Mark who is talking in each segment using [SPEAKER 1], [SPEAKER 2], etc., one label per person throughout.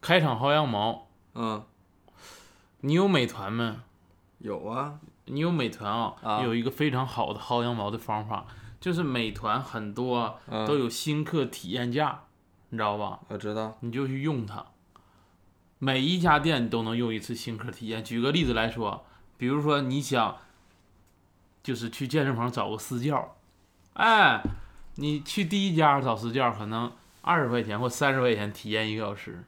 [SPEAKER 1] 开场薅羊毛，
[SPEAKER 2] 嗯，
[SPEAKER 1] 你有美团吗？
[SPEAKER 2] 有啊，
[SPEAKER 1] 你有美团啊？
[SPEAKER 2] 啊
[SPEAKER 1] 有一个非常好的薅羊毛的方法，就是美团很多
[SPEAKER 2] 嗯
[SPEAKER 1] 都有新客体验价，你知道吧？
[SPEAKER 2] 我知道，
[SPEAKER 1] 你就去用它。每一家店你都能用一次新客体验。举个例子来说，比如说你想，就是去健身房找个私教，哎，你去第一家找私教，可能二十块钱或三十块钱体验一个小时，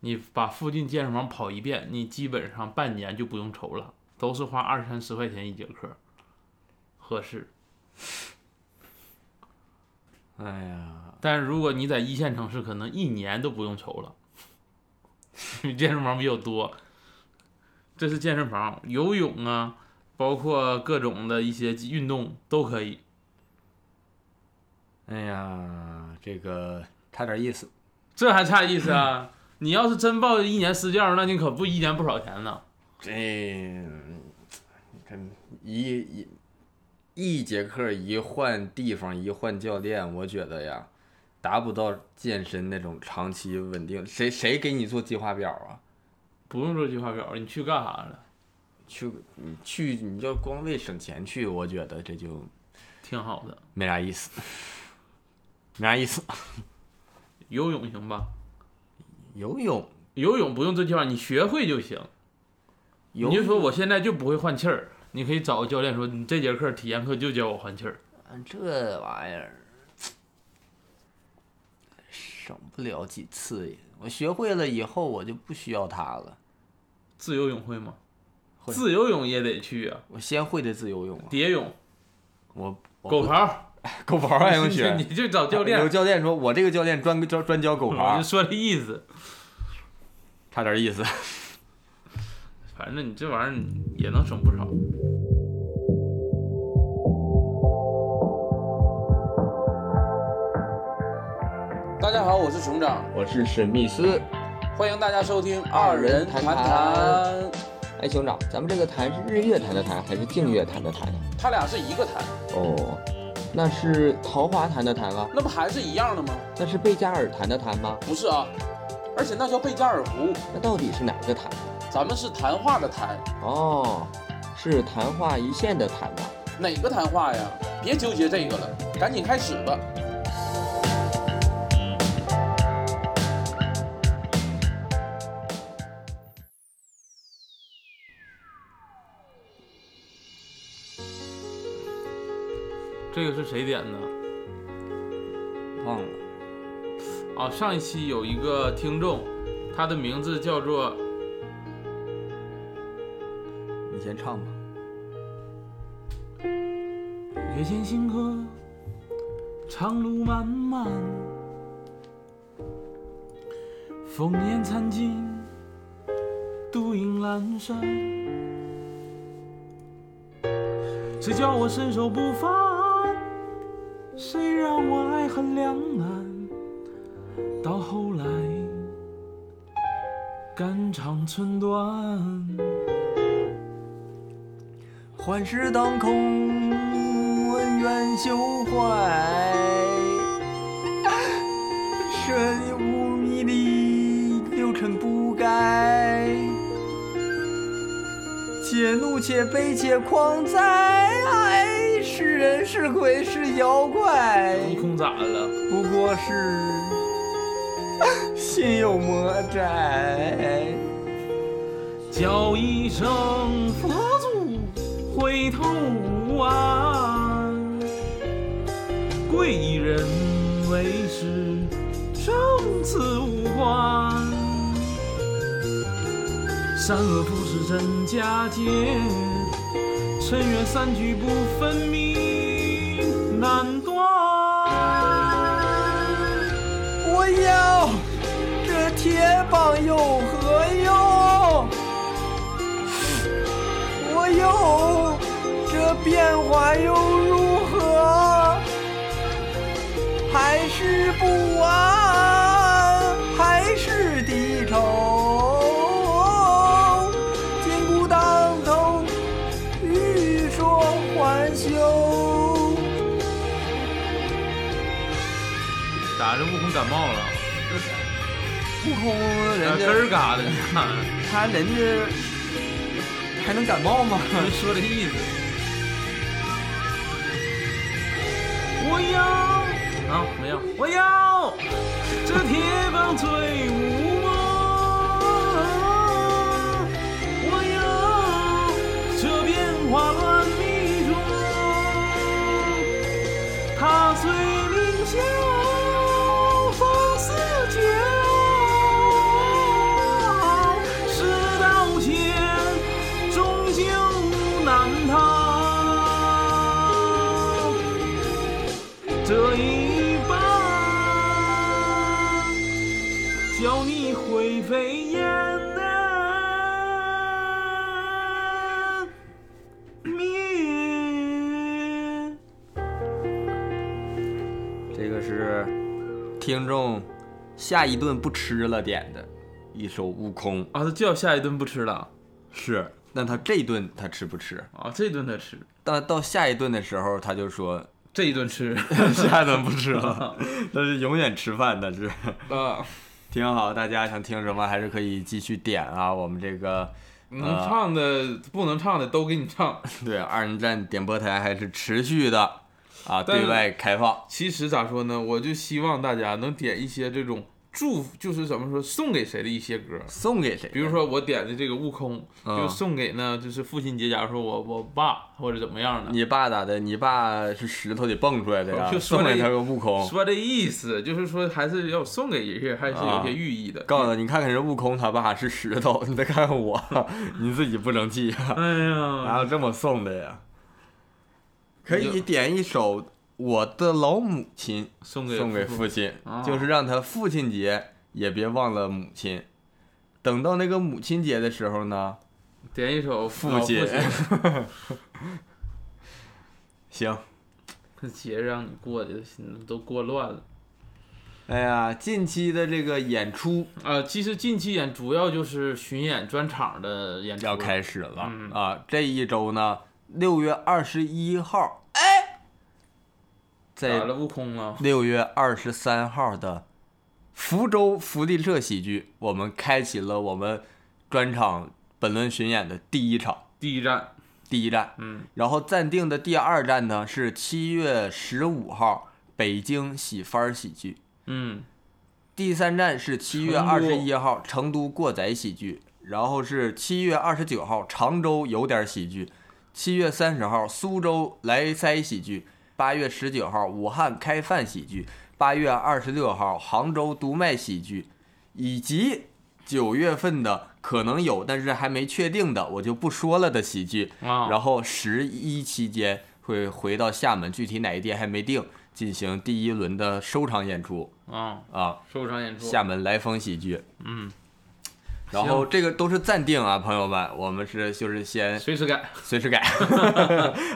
[SPEAKER 1] 你把附近健身房跑一遍，你基本上半年就不用愁了，都是花二三十块钱一节课，合适。
[SPEAKER 2] 哎呀，
[SPEAKER 1] 但如果你在一线城市，可能一年都不用愁了， 因为健身房比较多。这是健身房，游泳啊，包括各种的一些运动都可以。
[SPEAKER 2] 哎呀，这个差点意思，
[SPEAKER 1] 这还差意思啊？你要是真报一年私教，那你可不一年不少钱呢。
[SPEAKER 2] 这你看一一一节课一换地方一换教练，我觉得呀，达不到健身那种长期稳定。谁谁给你做计划表啊？
[SPEAKER 1] 不用做计划表，你去干啥了？
[SPEAKER 2] 去你去，你要光为省钱去，我觉得这就
[SPEAKER 1] 挺好的，
[SPEAKER 2] 没啥意思，没啥意思。
[SPEAKER 1] 游泳行吧？
[SPEAKER 2] 游泳，
[SPEAKER 1] 游泳不用做计划，你学会就行。
[SPEAKER 2] 游
[SPEAKER 1] 你就说我现在就不会换气儿，你可以找个教练说，你这节课体验课就教我换气儿。
[SPEAKER 2] 啊这玩意儿省不了几次呀。我学会了以后，我就不需要它了。
[SPEAKER 1] 自由泳会吗？
[SPEAKER 2] 会
[SPEAKER 1] 自由泳也得去啊，
[SPEAKER 2] 我先会的自由泳啊，
[SPEAKER 1] 蝶泳、
[SPEAKER 2] 我我
[SPEAKER 1] 狗
[SPEAKER 2] 不
[SPEAKER 1] 刨，
[SPEAKER 2] 狗刨还 能
[SPEAKER 1] 你
[SPEAKER 2] 学？
[SPEAKER 1] 你就找教
[SPEAKER 2] 有
[SPEAKER 1] 练，嗯
[SPEAKER 2] 教练说，我这个教练专专专教狗
[SPEAKER 1] 我就
[SPEAKER 2] 刨，
[SPEAKER 1] 说这意思。
[SPEAKER 2] 差点意思。
[SPEAKER 1] 反正你这玩意儿也能省不少。大家好，我是熊掌，
[SPEAKER 2] 我是史密斯，
[SPEAKER 1] 欢迎大家收听
[SPEAKER 3] 二人谈谈。哎，兄长，咱们这个谈是日月谈的谈，还是净月谈的谈呀？
[SPEAKER 1] 他俩是一个谈，
[SPEAKER 3] 哦，那是桃花谈的谈吗？
[SPEAKER 1] 那不还是一样的吗？
[SPEAKER 3] 那是贝加尔谈的谈吗？
[SPEAKER 1] 不是啊，而且那叫贝加尔湖，
[SPEAKER 3] 那到底是哪个谈？
[SPEAKER 1] 咱们是谈话的谈，
[SPEAKER 3] 哦，是昙花一现的谈吧？
[SPEAKER 1] 哪个谈话呀？别纠结这个了，赶紧开始吧。这个是谁点的？
[SPEAKER 2] 忘了。
[SPEAKER 1] 哦，上一期有一个听众，他的名字叫做
[SPEAKER 2] 你先唱吧。
[SPEAKER 1] 月见星河，长路漫漫，烽烟残尽，独影阑珊。谁叫我身手不凡？谁让我爱恨两难？到后来，肝肠寸断。
[SPEAKER 2] 幻世当空，恩怨休怀，身无迷离，六尘不改。且怒且悲且狂哉！哎，是人是鬼是妖怪，
[SPEAKER 1] 悟空咋了？
[SPEAKER 2] 不过是 心有魔债。
[SPEAKER 1] 叫一声佛祖，回头无岸；贵人为师，生死无关。善恶不是真假界，尘缘散聚不分明，难断。
[SPEAKER 2] 我要这铁棒有何用？我有这变化又如何？还是不安，还是低头。千古当头，欲说还休。
[SPEAKER 1] 咋这悟空感冒了？
[SPEAKER 2] 悟空
[SPEAKER 3] 轰轰，
[SPEAKER 1] 呃
[SPEAKER 3] 人
[SPEAKER 1] 根
[SPEAKER 3] 家
[SPEAKER 1] 儿嘎的，你看，
[SPEAKER 3] 他人家还能感冒吗？
[SPEAKER 1] 就说这意思。我要啊，没有，我要这铁棒最无梦，我要这变化乱迷踪，它虽凌霄风似酒，世道险，终究难逃。这一棒，叫你灰飞烟灭。
[SPEAKER 2] 这个是听众下一顿不吃了点的一首《悟空》，
[SPEAKER 1] 啊，他叫下一顿不吃了
[SPEAKER 2] 是，但他这顿他吃不吃？
[SPEAKER 1] 啊，这顿他吃，
[SPEAKER 2] 但到下一顿的时候，他就说
[SPEAKER 1] 这一顿吃
[SPEAKER 2] 下一顿不吃 了，但是永远吃饭，但是
[SPEAKER 1] 啊。
[SPEAKER 2] 挺好。大家想听什么还是可以继续点啊，我们这个
[SPEAKER 1] 能唱的、不能唱的都给你唱。
[SPEAKER 2] 对二人转点播台还是持续的啊，
[SPEAKER 1] 但是
[SPEAKER 2] 对外开放。
[SPEAKER 1] 其实咋说呢，我就希望大家能点一些这种祝福，就是怎么说送给谁的一些歌。
[SPEAKER 2] 送给谁？
[SPEAKER 1] 比如，说我点的这个《悟空》，
[SPEAKER 2] 嗯
[SPEAKER 1] 就送给呢，就是父亲节，假如说我我爸或者怎么样的，
[SPEAKER 2] 你爸咋的？你爸是石头里蹦出来的呀？
[SPEAKER 1] 就说
[SPEAKER 2] 送给
[SPEAKER 1] 这
[SPEAKER 2] 他个悟空，
[SPEAKER 1] 说这意思就是说还是要送给一些，还是有些寓意的。
[SPEAKER 2] 啊告诉他，你看看人悟空他爸是石头，你再看看我，你自己不争气呀，
[SPEAKER 1] 哎
[SPEAKER 2] 哪
[SPEAKER 1] 呀，
[SPEAKER 2] 有这么送的呀？可
[SPEAKER 1] 你
[SPEAKER 2] 以
[SPEAKER 1] 就
[SPEAKER 2] 点一首《我的老母亲》，
[SPEAKER 1] 送给
[SPEAKER 2] 送给
[SPEAKER 1] 父
[SPEAKER 2] 父亲哦
[SPEAKER 1] 啊，
[SPEAKER 2] 就是让他父亲节也别忘了母亲。等到那个母亲节的时候呢，
[SPEAKER 1] 点一首
[SPEAKER 2] 父亲
[SPEAKER 1] 老父
[SPEAKER 2] 行，
[SPEAKER 1] 这节让你过的都过乱了。
[SPEAKER 2] 哎呀，近期的这个演出
[SPEAKER 1] 啊，其实近期演主要就是巡演专场的演出
[SPEAKER 2] 要开始了、
[SPEAKER 1] 嗯
[SPEAKER 2] 啊！这一周呢，六月二十一号，哎，
[SPEAKER 1] 打
[SPEAKER 2] 在
[SPEAKER 1] 了悟空了。
[SPEAKER 2] 六月二十三号的福州福利社喜剧，我们开启了我们专场本轮巡演的第一场，
[SPEAKER 1] 第一站，
[SPEAKER 2] 第一站。
[SPEAKER 1] 嗯，
[SPEAKER 2] 然后暂定的第二站呢是七月十五号北京喜番儿喜剧，
[SPEAKER 1] 嗯，
[SPEAKER 2] 第三站是七月
[SPEAKER 1] 成
[SPEAKER 2] 二
[SPEAKER 1] 都
[SPEAKER 2] 十一号成都过载喜剧，然后是七月二十九号常州有点喜剧，七月三十号苏州来塞喜剧，八月十九号武汉开饭喜剧，八月二十六号杭州独卖喜剧，以及九月份的可能有但是还没确定的我就不说了的喜剧，
[SPEAKER 1] 啊，
[SPEAKER 2] 然后十一期间会回到厦门，具体哪一天还没定，进行第一轮的收场演出
[SPEAKER 1] 啊，
[SPEAKER 2] 啊。
[SPEAKER 1] 收场演出，
[SPEAKER 2] 厦门来风喜剧，
[SPEAKER 1] 嗯，
[SPEAKER 2] 然后这个都是暂定啊，朋友们，我们是就 是先
[SPEAKER 1] 随时改，
[SPEAKER 2] 随时改，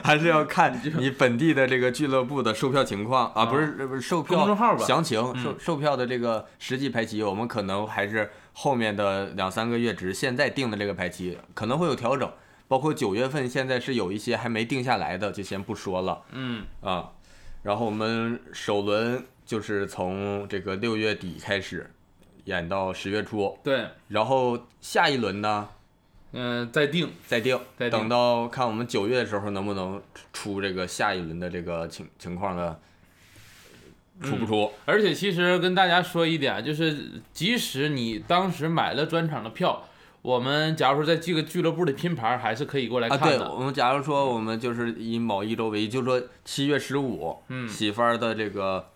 [SPEAKER 2] 还是要看你本地的这个俱乐部的售票情况啊，不是不是售票
[SPEAKER 1] 公众号吧
[SPEAKER 2] 详情
[SPEAKER 1] 嗯
[SPEAKER 2] 售售票的这个实际排期，我们可能还是后面的两三个月，只是现在定的这个排期可能会有调整，包括九月份现在是有一些还没定下来的，就先不说了。
[SPEAKER 1] 嗯，
[SPEAKER 2] 啊，然后我们首轮就是从这个六月底开始演到十月初，
[SPEAKER 1] 对，
[SPEAKER 2] 然后下一轮呢
[SPEAKER 1] 嗯、再定，
[SPEAKER 2] 再定，
[SPEAKER 1] 再定
[SPEAKER 2] 等到看我们九月的时候能不能出这个下一轮的这个情情况的出
[SPEAKER 1] 嗯
[SPEAKER 2] 不出？
[SPEAKER 1] 而且其实跟大家说一点，就是即使你当时买了专场的票，我们假如说在这个俱乐部的拼盘，还是可以过来
[SPEAKER 2] 啊，
[SPEAKER 1] 看
[SPEAKER 2] 对，
[SPEAKER 1] 的。
[SPEAKER 2] 我们假如说我们就是以某一周为，就说七月十五，
[SPEAKER 1] 嗯
[SPEAKER 2] 喜番儿的这个，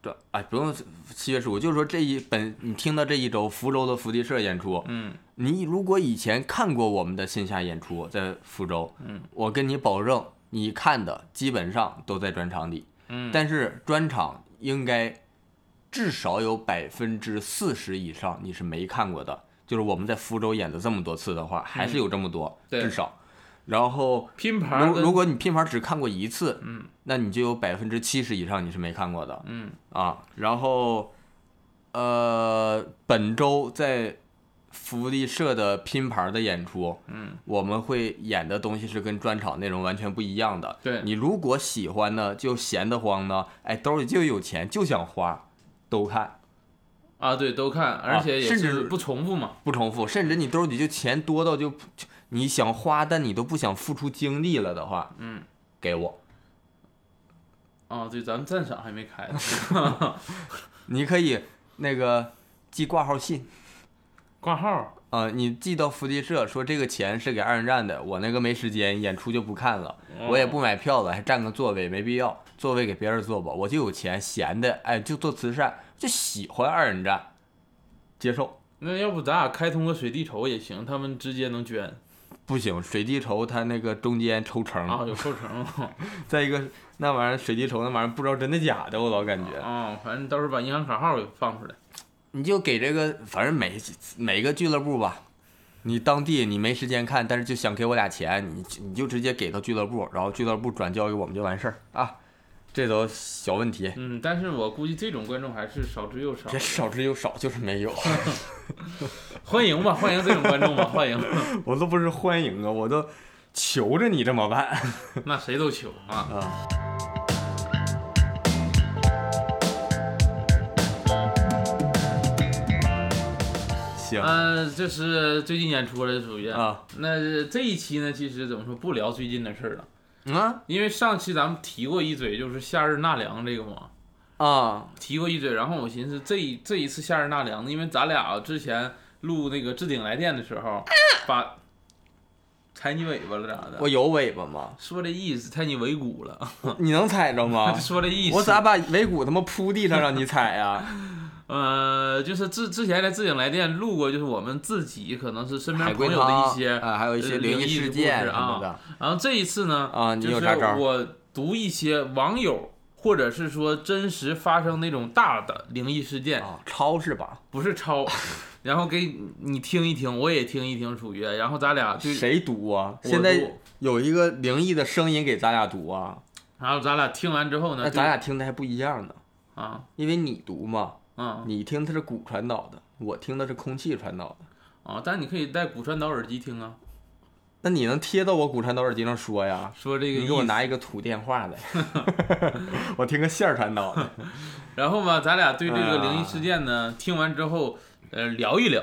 [SPEAKER 2] 这哎不用七月十五，就是说这一本你听到这一周福州的福利社演出，
[SPEAKER 1] 嗯，
[SPEAKER 2] 你如果以前看过我们的线下演出，在福州，
[SPEAKER 1] 嗯，
[SPEAKER 2] 我跟你保证，你看的基本上都在专场里，
[SPEAKER 1] 嗯
[SPEAKER 2] 但是专场应该至少有百分之四十以上你是没看过的，就是我们在福州演了这么多次的话，还是有这么多，
[SPEAKER 1] 嗯对
[SPEAKER 2] 至少。然后，
[SPEAKER 1] 拼盘
[SPEAKER 2] 如
[SPEAKER 1] 跟
[SPEAKER 2] 如果你拼盘只看过一次，
[SPEAKER 1] 嗯，
[SPEAKER 2] 那你就有百分之七十以上你是没看过的，
[SPEAKER 1] 嗯
[SPEAKER 2] 啊，然后，呃，本周在福利社的拼盘的演出，
[SPEAKER 1] 嗯，
[SPEAKER 2] 我们会演的东西是跟专场内容完全不一样的。
[SPEAKER 1] 对
[SPEAKER 2] 你如果喜欢呢，就闲得慌呢，哎，兜里就有钱，就想花，都看。
[SPEAKER 1] 啊，对，都看，而且也
[SPEAKER 2] 甚
[SPEAKER 1] 是
[SPEAKER 2] 至
[SPEAKER 1] 不重复嘛。
[SPEAKER 2] 不重复，甚至你兜里就钱多到就就你想花，但你都不想付出精力了的话，
[SPEAKER 1] 嗯，
[SPEAKER 2] 给我，
[SPEAKER 1] 啊，对，咱们赞赏还没开呢，
[SPEAKER 2] 你可以那个寄挂号信
[SPEAKER 1] 挂号
[SPEAKER 2] 啊、你寄到福利社说这个钱是给二人站的，我那个没时间，演出就不看了，
[SPEAKER 1] 哦
[SPEAKER 2] 我也不买票了，还占个座位没必要，座位给别人坐吧，我就有钱，闲的哎就做慈善，就喜欢二人站，接受。
[SPEAKER 1] 那要不咱俩开通个水滴筹也行，他们直接能捐
[SPEAKER 2] 不行，水滴筹它那个中间抽成，
[SPEAKER 1] 啊，有抽 成啊
[SPEAKER 2] 再一个那玩意儿水滴筹那玩意儿不知道真的假的，我老感觉。
[SPEAKER 1] 啊，反正到时候把银行卡号给放出来。
[SPEAKER 2] 你就给这个，反正每每个俱乐部吧，你当地你没时间看，但是就想给我俩钱，你你就直接给到俱乐部，然后俱乐部转交给我们就完事儿啊，这都小问题，
[SPEAKER 1] 嗯，但是我估计这种观众还是少之又少
[SPEAKER 2] 别，少之又少，就是没有，
[SPEAKER 1] 欢迎吧，欢迎这种观众吧，欢迎。
[SPEAKER 2] 我都不是欢迎啊，我都求着你这么办。
[SPEAKER 1] 那谁都求啊。
[SPEAKER 2] 啊 行
[SPEAKER 1] 呃，这是最近演出了，属于。
[SPEAKER 2] 嗯啊，
[SPEAKER 1] 那这一期呢，其实怎么说，不聊最近的事儿了，
[SPEAKER 2] 嗯啊
[SPEAKER 1] 因为上期咱们提过一嘴，就是夏日纳凉这个嘛，
[SPEAKER 2] 啊
[SPEAKER 1] 提过一嘴。然后我寻思，这一这一次夏日纳凉，因为咱俩之前录那个置顶来电的时
[SPEAKER 2] 啊
[SPEAKER 1] 候，把踩你尾巴了咋的
[SPEAKER 2] 我？有尾巴 吗？
[SPEAKER 1] 说这意思，踩你尾骨了，？
[SPEAKER 2] 你能踩着吗
[SPEAKER 1] 说这意思。
[SPEAKER 2] 我咋把尾骨他妈铺地上让你踩啊 呀？
[SPEAKER 1] 呃，就是之之前在置顶来电录过，就是我们自己可能是身边
[SPEAKER 2] 海
[SPEAKER 1] 朋
[SPEAKER 2] 龟
[SPEAKER 1] 友
[SPEAKER 2] 汤
[SPEAKER 1] 的一些，
[SPEAKER 2] 啊，还有一
[SPEAKER 1] 呃
[SPEAKER 2] 些
[SPEAKER 1] 灵
[SPEAKER 2] 灵
[SPEAKER 1] 异
[SPEAKER 2] 异
[SPEAKER 1] 故
[SPEAKER 2] 事
[SPEAKER 1] 事
[SPEAKER 2] 件什
[SPEAKER 1] 啊
[SPEAKER 2] 么的
[SPEAKER 1] 然后这一次呢，
[SPEAKER 2] 啊，你
[SPEAKER 1] 就
[SPEAKER 2] 有
[SPEAKER 1] 是
[SPEAKER 2] 啥招儿？
[SPEAKER 1] 我读一些网友或者是说真实发生那种大的灵异事件，
[SPEAKER 2] 啊，超是吧？
[SPEAKER 1] 不是 抄，然后给你你听一听，我也听一听，属于，然后咱俩就
[SPEAKER 2] 谁读啊？
[SPEAKER 1] 我
[SPEAKER 2] 现在
[SPEAKER 1] 读
[SPEAKER 2] 有一个灵异的声音给咱俩读啊，
[SPEAKER 1] 然后咱俩听完之后呢，
[SPEAKER 2] 那
[SPEAKER 1] 就
[SPEAKER 2] 咱俩听的还不一样呢，
[SPEAKER 1] 啊
[SPEAKER 2] 因为你读嘛，
[SPEAKER 1] 啊
[SPEAKER 2] 你听的是骨传导的，我听的是空气传导的。
[SPEAKER 1] 啊，但你可以戴骨传导耳机听啊，
[SPEAKER 2] 那你能贴到我骨传导耳机上说呀？
[SPEAKER 1] 说这个
[SPEAKER 2] 你给我
[SPEAKER 1] 意思
[SPEAKER 2] 拿一个土电 话来，我听个线儿传导的。
[SPEAKER 1] 然后吧，咱俩对这个灵异
[SPEAKER 2] 啊
[SPEAKER 1] 事件呢，听完之后，呃，聊一聊，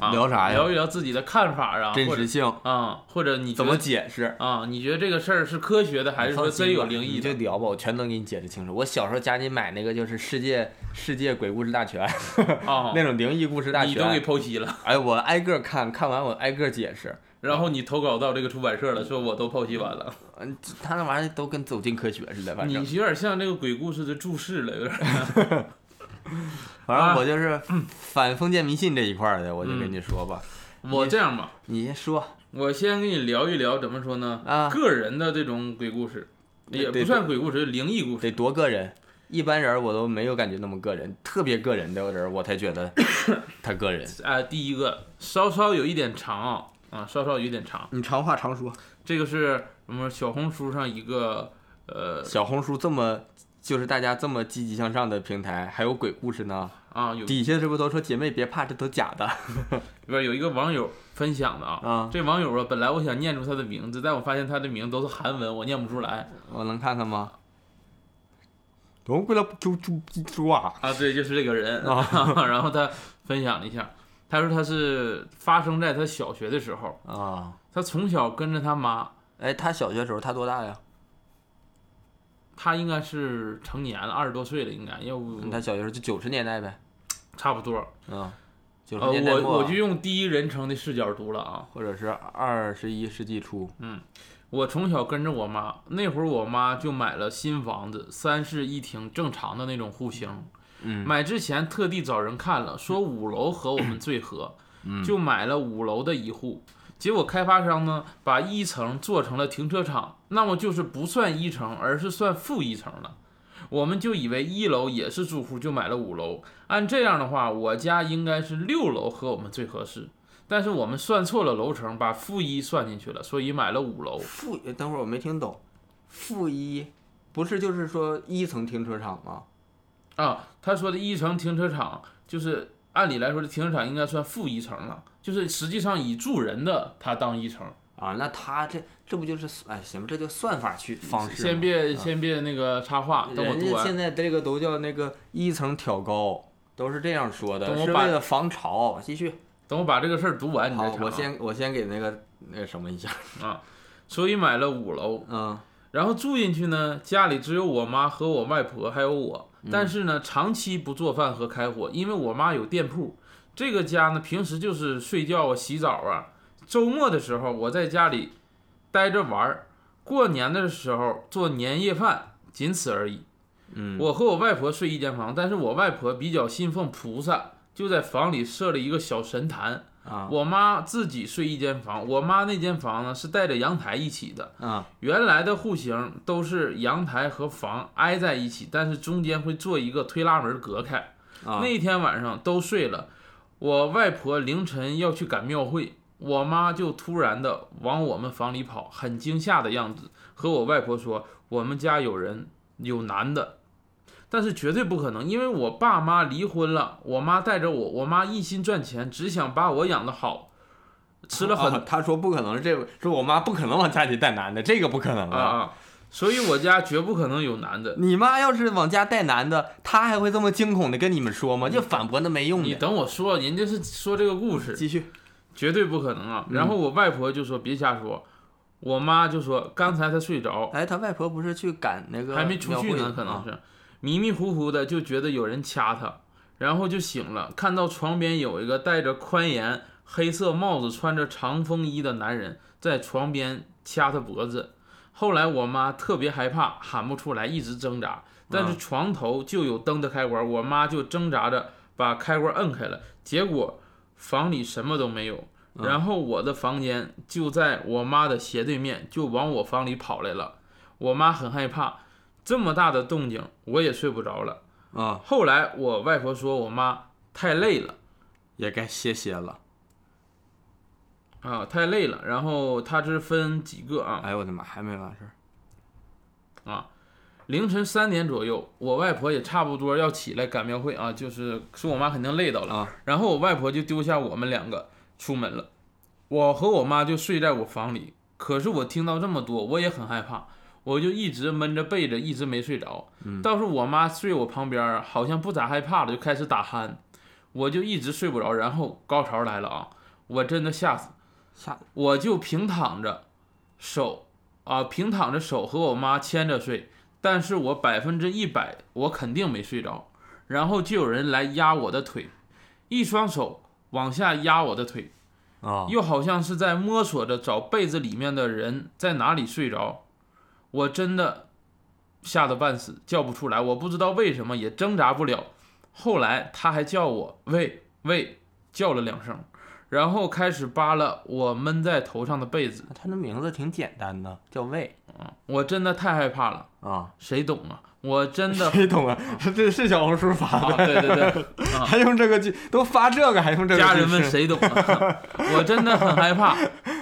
[SPEAKER 1] 啊、
[SPEAKER 2] 聊啥呀
[SPEAKER 1] 聊一聊自己的看法啊，
[SPEAKER 2] 真
[SPEAKER 1] 或者
[SPEAKER 2] 实性
[SPEAKER 1] 啊，或者你觉
[SPEAKER 2] 怎
[SPEAKER 1] 得
[SPEAKER 2] 么解释？
[SPEAKER 1] 啊？你觉得这个事儿是科学的，还是说
[SPEAKER 2] 放心
[SPEAKER 1] 真有
[SPEAKER 2] 吧
[SPEAKER 1] 灵异
[SPEAKER 2] 你就
[SPEAKER 1] 的？
[SPEAKER 2] 聊吧，我全能给你解释清楚。我小时候家里买那个就是世界世界鬼故事大全，
[SPEAKER 1] 啊，
[SPEAKER 2] 那种灵异故事大啊
[SPEAKER 1] 你都给
[SPEAKER 2] 全。
[SPEAKER 1] 剖析了，
[SPEAKER 2] 哎，我挨个看看完，我挨个解释。
[SPEAKER 1] 然后你投稿到这个出版社了，说我都剖析完了，
[SPEAKER 2] 嗯，他那玩意儿都跟走进科学似的，反
[SPEAKER 1] 你
[SPEAKER 2] 正
[SPEAKER 1] 有点像那个鬼故事的注释了，有点。
[SPEAKER 2] 反正我就是反封建迷信这一块儿的，我就 跟你说吧，
[SPEAKER 1] 我这样吧，
[SPEAKER 2] 你先说
[SPEAKER 1] 我先跟你聊一聊，怎么说呢？
[SPEAKER 2] 啊，
[SPEAKER 1] 个人的这种鬼故事，
[SPEAKER 2] 对
[SPEAKER 1] 也
[SPEAKER 2] 对
[SPEAKER 1] 不算鬼故事，灵异故事。
[SPEAKER 2] 得多个人。一般人我都没有感觉那么个人，特别个人的人我才觉 得他个人。
[SPEAKER 1] 啊，第一个稍稍有一点长啊，啊，稍稍有一点长。
[SPEAKER 2] 你长话长说，
[SPEAKER 1] 这个是什么？小红书上一个呃
[SPEAKER 2] 小红书这么就是大家这么积极向上的平台，还有鬼故事呢。
[SPEAKER 1] 啊，有里
[SPEAKER 2] 底下是不是都说姐妹别怕，这都假的
[SPEAKER 1] 边有一个网友分享的啊。
[SPEAKER 2] 啊？
[SPEAKER 1] 这网友啊，本来我想念出他的名字，但我发现他的名字都是韩文，我念不出来
[SPEAKER 2] 我能看看吗？龙归来就就就啊！
[SPEAKER 1] 啊。对，就是这个人。 然后他分享了一下，他说他是发生在他小学的时候，
[SPEAKER 2] 啊，
[SPEAKER 1] 他从小跟着他妈，
[SPEAKER 2] 哎，他小学时候他多大呀？
[SPEAKER 1] 他应该是成年了，二十多岁了，应该要不
[SPEAKER 2] 嗯他小学时候就九十年代呗，
[SPEAKER 1] 差不多。
[SPEAKER 2] 嗯，九十
[SPEAKER 1] 呃，
[SPEAKER 2] 年代
[SPEAKER 1] 我
[SPEAKER 2] 末，啊
[SPEAKER 1] 我就用第一人称的视角读了啊。
[SPEAKER 2] 或者是二十一世纪初。
[SPEAKER 1] 我从小跟着我妈，那会儿我妈就买了新房子，三室一厅，正常的那种户型。
[SPEAKER 2] 嗯
[SPEAKER 1] 买之前特地找人看了，说五楼和我们最合，就买了五楼的一户。结果开发商呢，把一层做成了停车场，那么就是不算一层，而是算负一层了。我们就以为一楼也是住户，就买了五楼。按这样的话，我家应该是六楼和我们最合适，但是我们算错了楼层，把负一算进去了，所以买了五楼。
[SPEAKER 2] 负，等会儿我没听懂，负一不是就是说一层停车场吗？
[SPEAKER 1] 啊，他说的一层停车场，就是按理来说，这停车场应该算负一层了，就是实际上以住人的它当一层。
[SPEAKER 2] 啊，那他这这不就是哎，行吧，这就算法去方式
[SPEAKER 1] 先
[SPEAKER 2] 嘛。
[SPEAKER 1] 别先别那个插话，等我
[SPEAKER 2] 啊人
[SPEAKER 1] 读
[SPEAKER 2] 家
[SPEAKER 1] 完
[SPEAKER 2] 现在这个都叫那个一层挑高，都是这样说的，
[SPEAKER 1] 等我
[SPEAKER 2] 是
[SPEAKER 1] 把
[SPEAKER 2] 为了防潮。继续，
[SPEAKER 1] 等我把这个事儿读完，你再
[SPEAKER 2] 好，
[SPEAKER 1] 查啊。
[SPEAKER 2] 我先我先给那个那个什么一下，
[SPEAKER 1] 啊，所以买了五楼，
[SPEAKER 2] 嗯
[SPEAKER 1] 然后住进去呢，家里只有我妈和我外婆还有我，
[SPEAKER 2] 嗯
[SPEAKER 1] 但是呢，长期不做饭和开火，因为我妈有店铺。这个家呢，平时就是睡觉啊、洗澡啊，周末的时候我在家里待着玩儿，过年的时候做年夜饭，仅此而已。
[SPEAKER 2] 嗯，
[SPEAKER 1] 我和我外婆睡一间房，但是我外婆比较信奉菩萨，就在房里设了一个小神坛。
[SPEAKER 2] 啊
[SPEAKER 1] 我妈自己睡一间房，我妈那间房呢是带着阳台一起的，
[SPEAKER 2] 啊
[SPEAKER 1] 原来的户型都是阳台和房挨在一起，但是中间会做一个推拉门隔开。
[SPEAKER 2] 啊
[SPEAKER 1] 那天晚上都睡了，我外婆凌晨要去赶庙会，我妈就突然的往我们房里跑，很惊吓的样子，和我外婆说我们家有人有男的，但是绝对不可能，因为我爸妈离婚了，我妈带着我，我妈一心赚钱，只想把我养的好，吃了很
[SPEAKER 2] 啊他说不可能，这是我妈不可能往家里带男的，这个不可能
[SPEAKER 1] 啊啊，所以我家绝不可能有男的。
[SPEAKER 2] 你妈要是往家带男的，她还会这么惊恐的跟你们说吗？就反驳那没用
[SPEAKER 1] 你
[SPEAKER 2] 的。
[SPEAKER 1] 等我说，人家是说这个故事，
[SPEAKER 2] 继续，
[SPEAKER 1] 绝对不可能啊。然后我外婆就说别瞎说，我妈就说刚才她睡着，
[SPEAKER 2] 哎，他外婆不是去赶那个
[SPEAKER 1] 还没出去
[SPEAKER 2] 庙会
[SPEAKER 1] 呢，可能
[SPEAKER 2] 啊
[SPEAKER 1] 是迷迷糊糊的就觉得有人掐她，然后就醒了，看到床边有一个戴着宽檐黑色帽子、穿着长风衣的男人在床边掐她脖子。后来我妈特别害怕，喊不出来，一直挣扎。但是
[SPEAKER 2] 嗯
[SPEAKER 1] 床头就有灯的开关，我妈就挣扎着把开关摁开了，结果房里什么都没有。然后我的房间就在我妈的斜对面，就往我房里跑来了。我妈很害怕，这么大的动静，我也睡不着了。
[SPEAKER 2] 啊，
[SPEAKER 1] 后来我外婆说我妈太累了
[SPEAKER 2] 也该歇歇了。
[SPEAKER 1] 啊，太累了。然后她这分几个啊？
[SPEAKER 2] 哎呦我的妈，还没完事儿。
[SPEAKER 1] 凌晨三点左右，我外婆也差不多要起来赶庙会啊，就是说我妈肯定累到了
[SPEAKER 2] 啊。
[SPEAKER 1] 然后我外婆就丢下我们两个出门了，我和我妈就睡在我房里。可是我听到这么多，我也很害怕，我就一直闷着被子，一直没睡着。倒是我妈睡我旁边儿，好像不咋害怕了，就开始打鼾，我就一直睡不着。然后高潮来了啊！我真的吓死，
[SPEAKER 2] 吓
[SPEAKER 1] 我就平躺着，手啊平躺着手和我妈牵着睡，但是我百分之一百我肯定没睡着，然后就有人来压我的腿，一双手往下压我的腿，
[SPEAKER 2] 啊
[SPEAKER 1] 又好像是在摸索着找被子里面的人在哪里睡着，我真的吓得半死，叫不出来，我不知道为什么也挣扎不了。后来他还叫我喂喂叫了两声，然后开始扒拉我闷在头上的被子，
[SPEAKER 2] 他那名字挺简单的，叫魏
[SPEAKER 1] 我真的太害怕了，
[SPEAKER 2] 啊。
[SPEAKER 1] 谁懂啊？我真 的
[SPEAKER 2] 谁懂啊？这这是小红书发
[SPEAKER 1] 啊，
[SPEAKER 2] 的，
[SPEAKER 1] 对对对。
[SPEAKER 2] 还用这个句，都发这个还用这个句式？
[SPEAKER 1] 家人们谁懂、 啊？我真的很害怕，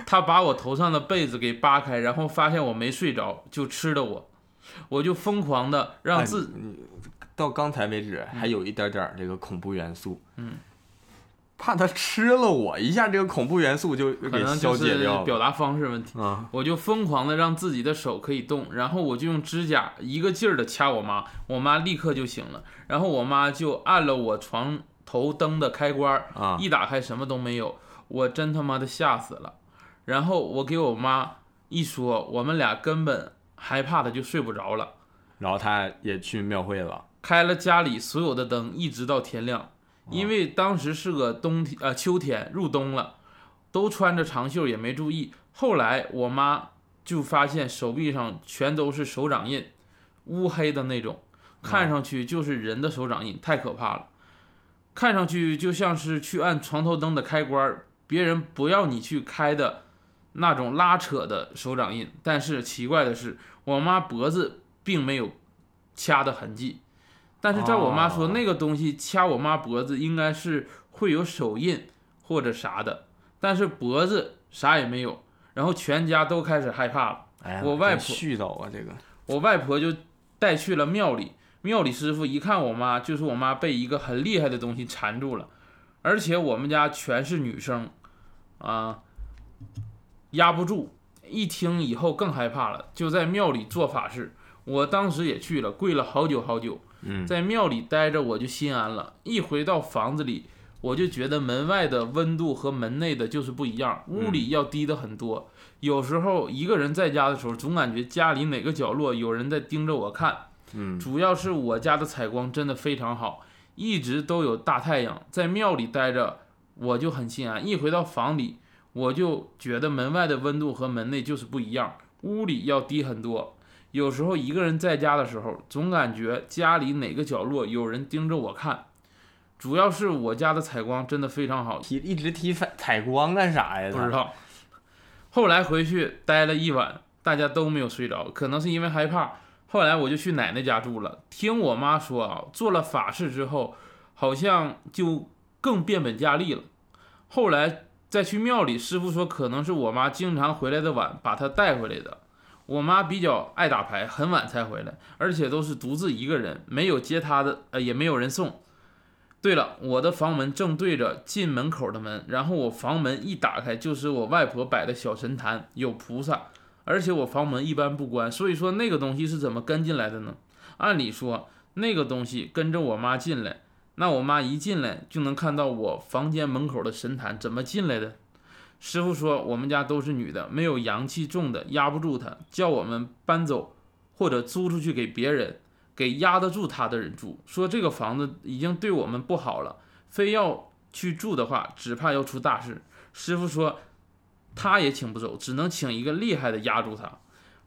[SPEAKER 1] 他把我头上的被子给扒开，然后发现我没睡着，就吃了我，我就疯狂的让自、
[SPEAKER 2] 哎你到刚才为止还有一点点儿这个恐怖元素，嗯，怕他吃了我一下，这个恐怖元素就
[SPEAKER 1] 可
[SPEAKER 2] 给
[SPEAKER 1] 能就
[SPEAKER 2] 消解
[SPEAKER 1] 是
[SPEAKER 2] 掉
[SPEAKER 1] 表
[SPEAKER 2] 了
[SPEAKER 1] 达方式问题，
[SPEAKER 2] 啊
[SPEAKER 1] 我就疯狂的让自己的手可以动，然后我就用指甲一个劲儿的掐我妈，我妈立刻就醒了，然后我妈就按了我床头灯的开关儿，
[SPEAKER 2] 啊
[SPEAKER 1] 一打开什么都没有，我真他妈的吓死了。然后我给我妈一说，我们俩根本害怕的就睡不着了。
[SPEAKER 2] 然后他也去庙会了，
[SPEAKER 1] 开了家里所有的灯，一直到天亮。因为当时是个冬天，呃，秋天入冬了，都穿着长袖，也没注意。后来我妈就发现手臂上全都是手掌印，乌黑的那种，看上去就是人的手掌印，太可怕了。看上去就像是去按床头灯的开关儿，别人不要你去开的那种拉扯的手掌印。但是奇怪的是，我妈脖子并没有掐的痕迹，但是照我妈说，
[SPEAKER 2] 哦
[SPEAKER 1] 那个东西掐我妈脖子应该是会有手印或者啥的，但是脖子啥也没有，然后全家都开始害怕了。
[SPEAKER 2] 哎呀，
[SPEAKER 1] 我外婆
[SPEAKER 2] 真絮叨啊，这个
[SPEAKER 1] 我外婆就带去了庙里，庙里师傅一看我妈，就是我妈被一个很厉害的东西缠住了，而且我们家全是女生，啊，压不住。一听以后更害怕了，就在庙里做法事。我当时也去了，跪了好久好久，
[SPEAKER 2] 嗯
[SPEAKER 1] 在庙里待着我就心安了，一回到房子里，我就觉得门外的温度和门内的就是不一样，屋里要低的很多。有时候一个人在家的时候，总感觉家里哪个角落有人在盯着我看。
[SPEAKER 2] 嗯
[SPEAKER 1] 主要是我家的采光真的非常好，一直都有大太阳。在庙里待着，我就很心安。一回到房里，我就觉得门外的温度和门内就是不一样，屋里要低很多。有时候一个人在家的时候，总感觉家里哪个角落有人盯着我看。主要是我家的采光真的非常好，
[SPEAKER 2] 提一直提反采光干啥呀？
[SPEAKER 1] 不知道。后来回去待了一晚，大家都没有睡着，可能是因为害怕。后来我就去奶奶家住了。听我妈说啊，做了法事之后，好像就更变本加厉了。后来再去庙里，师傅说可能是我妈经常回来的晚，把她带回来的。我妈比较爱打牌，很晚才回来，而且都是独自一个人，没有接她的，呃，也没有人送。对了，我的房门正对着进门口的门，然后我房门一打开就是我外婆摆的小神坛，有菩萨，而且我房门一般不关，所以说那个东西是怎么跟进来的呢？按理说那个东西跟着我妈进来，那我妈一进来就能看到我房间门口的神坛，怎么进来的？师傅说我们家都是女的，没有阳气重的压不住她，叫我们搬走或者租出去给别人。给压得住他的人住，说这个房子已经对我们不好了，非要去住的话，只怕要出大事。师傅说，他也请不走，只能请一个厉害的压住他。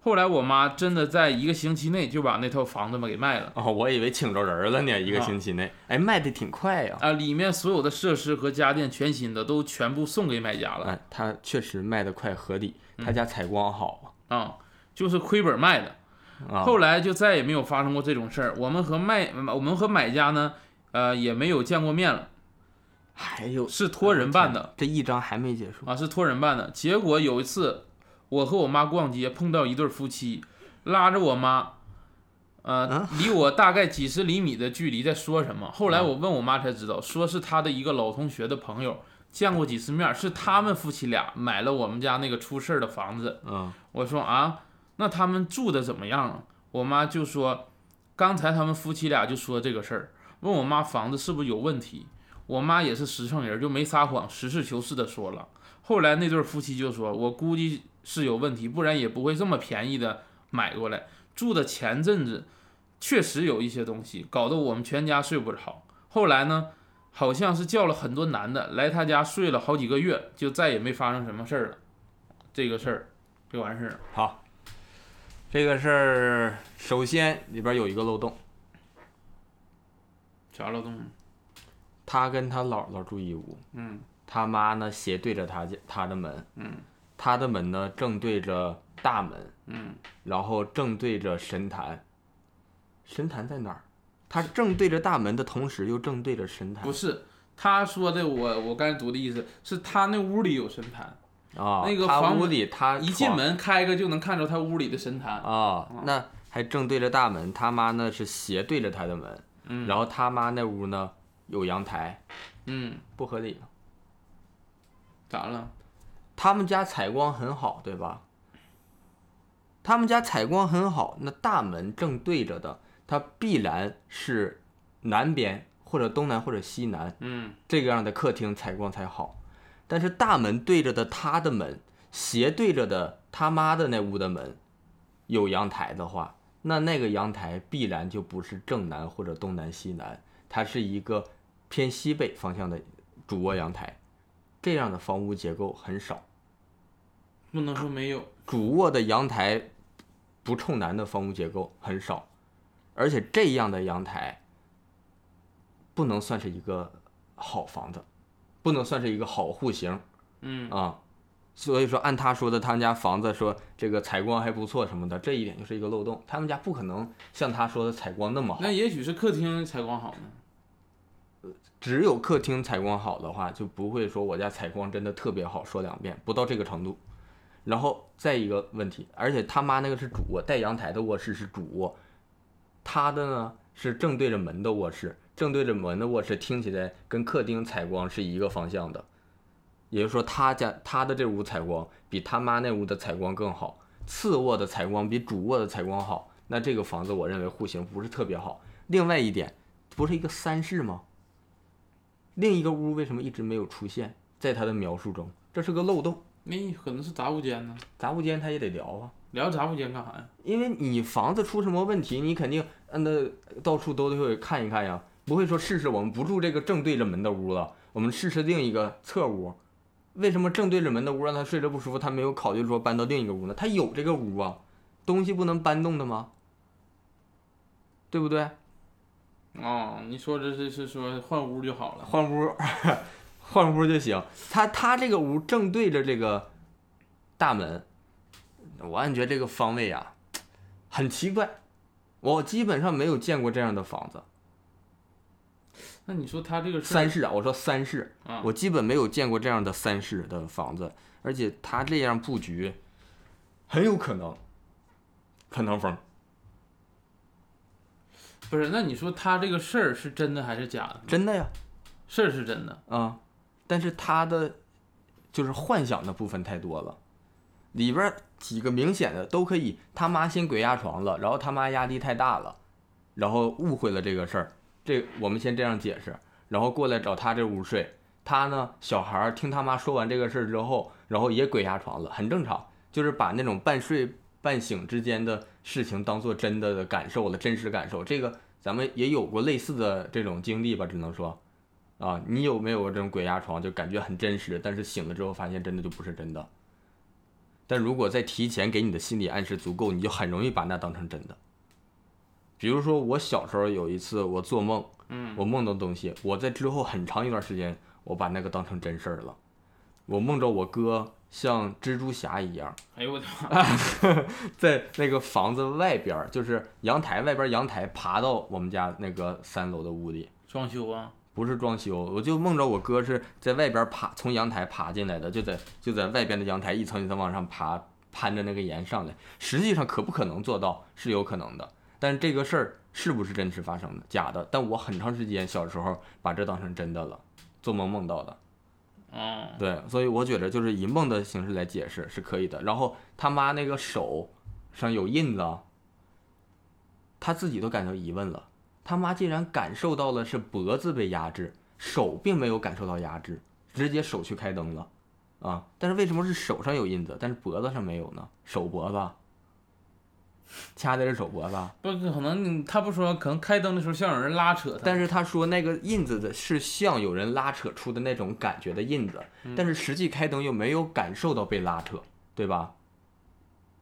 [SPEAKER 1] 后来我妈真的在一个星期内就把那套房子嘛给卖了。
[SPEAKER 2] 哦，我以为请着人了呢，一个
[SPEAKER 1] 啊
[SPEAKER 2] 星期内，哎，卖的挺快呀。
[SPEAKER 1] 啊，里面所有的设施和家电全新的都全部送给买家了
[SPEAKER 2] 啊，他确实卖的快，合理。
[SPEAKER 1] 嗯
[SPEAKER 2] 他家采光好
[SPEAKER 1] 啊，就是亏本卖的。
[SPEAKER 2] 啊，
[SPEAKER 1] 后来就再也没有发生过这种事儿。我们和卖，我们和买家呢，呃，也没有见过面了，
[SPEAKER 2] 还有
[SPEAKER 1] 是托人办的。
[SPEAKER 2] 这一章还没结束。
[SPEAKER 1] 啊，是托人办的。结果有一次，我和我妈逛街碰到一对夫妻，拉着我妈，呃
[SPEAKER 2] 啊，
[SPEAKER 1] 离我大概几十厘米的距离在说什么。后来我问我妈才知道，说是她的一个老同学的朋友见过几次面，是他们夫妻俩买了我们家那个出事儿的房子。
[SPEAKER 2] 嗯，
[SPEAKER 1] 我说啊，那他们住的怎么样啊？我妈就说，刚才他们夫妻俩就说这个事儿，问我妈房子是不是有问题。我妈也是实诚人，就没撒谎，实事求是的说了。后来那对夫妻就说，我估计是有问题，不然也不会这么便宜的买过来。住的前阵子确实有一些东西，搞得我们全家睡不着。后来呢，好像是叫了很多男的来他家睡了好几个月，就再也没发生什么事儿了。这个事儿就完事儿了。
[SPEAKER 2] 好，这个事儿首先里边有一个漏洞，
[SPEAKER 1] 啥漏洞？
[SPEAKER 2] 他跟他姥姥住一屋，
[SPEAKER 1] 嗯
[SPEAKER 2] 他妈呢斜对着他家他的门，
[SPEAKER 1] 嗯
[SPEAKER 2] 他的门呢正对着大门，
[SPEAKER 1] 嗯，
[SPEAKER 2] 然后正对着神坛，神坛在哪儿？他正对着大门的同时，又正对着神坛。
[SPEAKER 1] 不是，他说的我我刚才读的意思是他那屋里有神坛，
[SPEAKER 2] 啊，
[SPEAKER 1] 那个
[SPEAKER 2] 他
[SPEAKER 1] 房
[SPEAKER 2] 屋
[SPEAKER 1] 门
[SPEAKER 2] 里他
[SPEAKER 1] 一进
[SPEAKER 2] 床
[SPEAKER 1] 门开个就能看着他屋里的神坛。
[SPEAKER 2] 啊
[SPEAKER 1] 嗯，
[SPEAKER 2] 那还正对着大门，他妈呢是斜对着他的门，
[SPEAKER 1] 嗯，
[SPEAKER 2] 然
[SPEAKER 1] 后
[SPEAKER 2] 后他妈那屋呢有阳台，
[SPEAKER 1] 嗯，
[SPEAKER 2] 不合理。
[SPEAKER 1] 咋了？
[SPEAKER 2] 他们家采光很好，对吧？他们家采光很好，那大门正对着的，它必然是南边或者东南或者西南
[SPEAKER 1] 嗯
[SPEAKER 2] 这个样的客厅采光才好。但是大门对着的他的门，斜对着的他妈的那屋的门，有阳台的话，那那个阳台必然就不是正南或者东南西南，它是一个偏西北方向的主卧阳台。这样的房屋结构很少，
[SPEAKER 1] 不能说没有。
[SPEAKER 2] 主卧的阳台不冲南的房屋结构很少，而且这样的阳台不能算是一个好房子，不能算是一个好户型
[SPEAKER 1] 嗯
[SPEAKER 2] 啊。所以说，按他说的，他们家房子说这个采光还不错什么的，这一点就是一个漏洞。他们家不可能像他说的采光那么好
[SPEAKER 1] 那，也许是客厅采光好呢。
[SPEAKER 2] 只有客厅采光好的话，就不会说我家采光真的特别好，说两遍不到这个程度。然后再一个问题，而且他妈那个是主卧，带阳台的卧室是主卧，他的呢是正对着门的卧室，正对着门的卧室听起来跟客厅采光是一个方向的，也就是说他家他的这屋采光比他妈那屋的采光更好，次卧的采光比主卧的采光好，那这个房子我认为户型不是特别好，另外一点，不是一个三世吗？另一个巫为什么一直没有出现在他的描述中？这是个漏洞。
[SPEAKER 1] 那可能是杂物间呢，
[SPEAKER 2] 杂物间他也得聊啊，
[SPEAKER 1] 聊杂物间干啥呀？
[SPEAKER 2] 因为你房子出什么问题，你肯定按的到处都得看一看呀，不会说试试我们不住这个正对着门的屋了，我们试试另一个侧屋。为什么正对着门的屋让他睡着不舒服，他没有考虑说搬到另一个屋呢？他有这个屋啊，东西不能搬动的吗？对不对？
[SPEAKER 1] 哦，你说这是是说换屋就好了，
[SPEAKER 2] 换屋，换屋就行。他他这个屋正对着这个大门，我感觉这个方位啊很奇怪，我基本上没有见过这样的房子。
[SPEAKER 1] 那你说他这个事儿
[SPEAKER 2] 三室啊，我说三室，
[SPEAKER 1] 啊，
[SPEAKER 2] 我基本没有见过这样的三室的房子，而且他这样布局，很有可能看堂风。
[SPEAKER 1] 不是，那你说他这个事儿是真的还是假的？
[SPEAKER 2] 真的呀，
[SPEAKER 1] 事儿是真的，
[SPEAKER 2] 啊、但是他的就是幻想的部分太多了，里边儿几个明显的都可以他妈先鬼压床了，然后他妈压力太大了，然后误会了这个事儿，这我们先这样解释，然后过来找他这屋睡，他呢小孩儿听他妈说完这个事儿之后，然后也鬼压床了，很正常，就是把那种半睡半醒之间的事情当做真的的感受了，真实感受，这个咱们也有过类似的这种经历吧，只能说。啊，你有没有过这种鬼压床，就感觉很真实，但是醒了之后发现真的就不是真的。但如果在提前给你的心理暗示足够，你就很容易把那当成真的。比如说，我小时候有一次我做梦，
[SPEAKER 1] 嗯，
[SPEAKER 2] 我梦到东西，我在之后很长一段时间，我把那个当成真事儿了。我梦着我哥像蜘蛛侠一样，
[SPEAKER 1] 哎呦我的妈，
[SPEAKER 2] 在那个房子外边儿，就是阳台外边儿阳台，爬到我们家那个三楼的屋里，
[SPEAKER 1] 装修啊，
[SPEAKER 2] 不是装修，我就梦着我哥是在外边爬，从阳台爬进来的，就在就在外边的阳台一层一层往上爬，攀着那个岩上来。实际上可不可能做到是有可能的，但这个事儿是不是真实发生的，假的？但我很长时间小时候把这当成真的了，做梦梦到的。
[SPEAKER 1] 嗯，
[SPEAKER 2] 对，所以我觉得就是以梦的形式来解释是可以的。然后他妈那个手上有印子啊，他自己都感到疑问了。他妈竟然感受到了是脖子被压制，手并没有感受到压制，直接手去开灯了啊！但是为什么是手上有印子，但是脖子上没有呢？手脖子啊掐的是手脖子啊，
[SPEAKER 1] 不可能，他不说，可能开灯的时候像有人拉扯他，
[SPEAKER 2] 但是他说那个印子的是像有人拉扯出的那种感觉的印子，但是实际开灯又没有感受到被拉扯，对吧？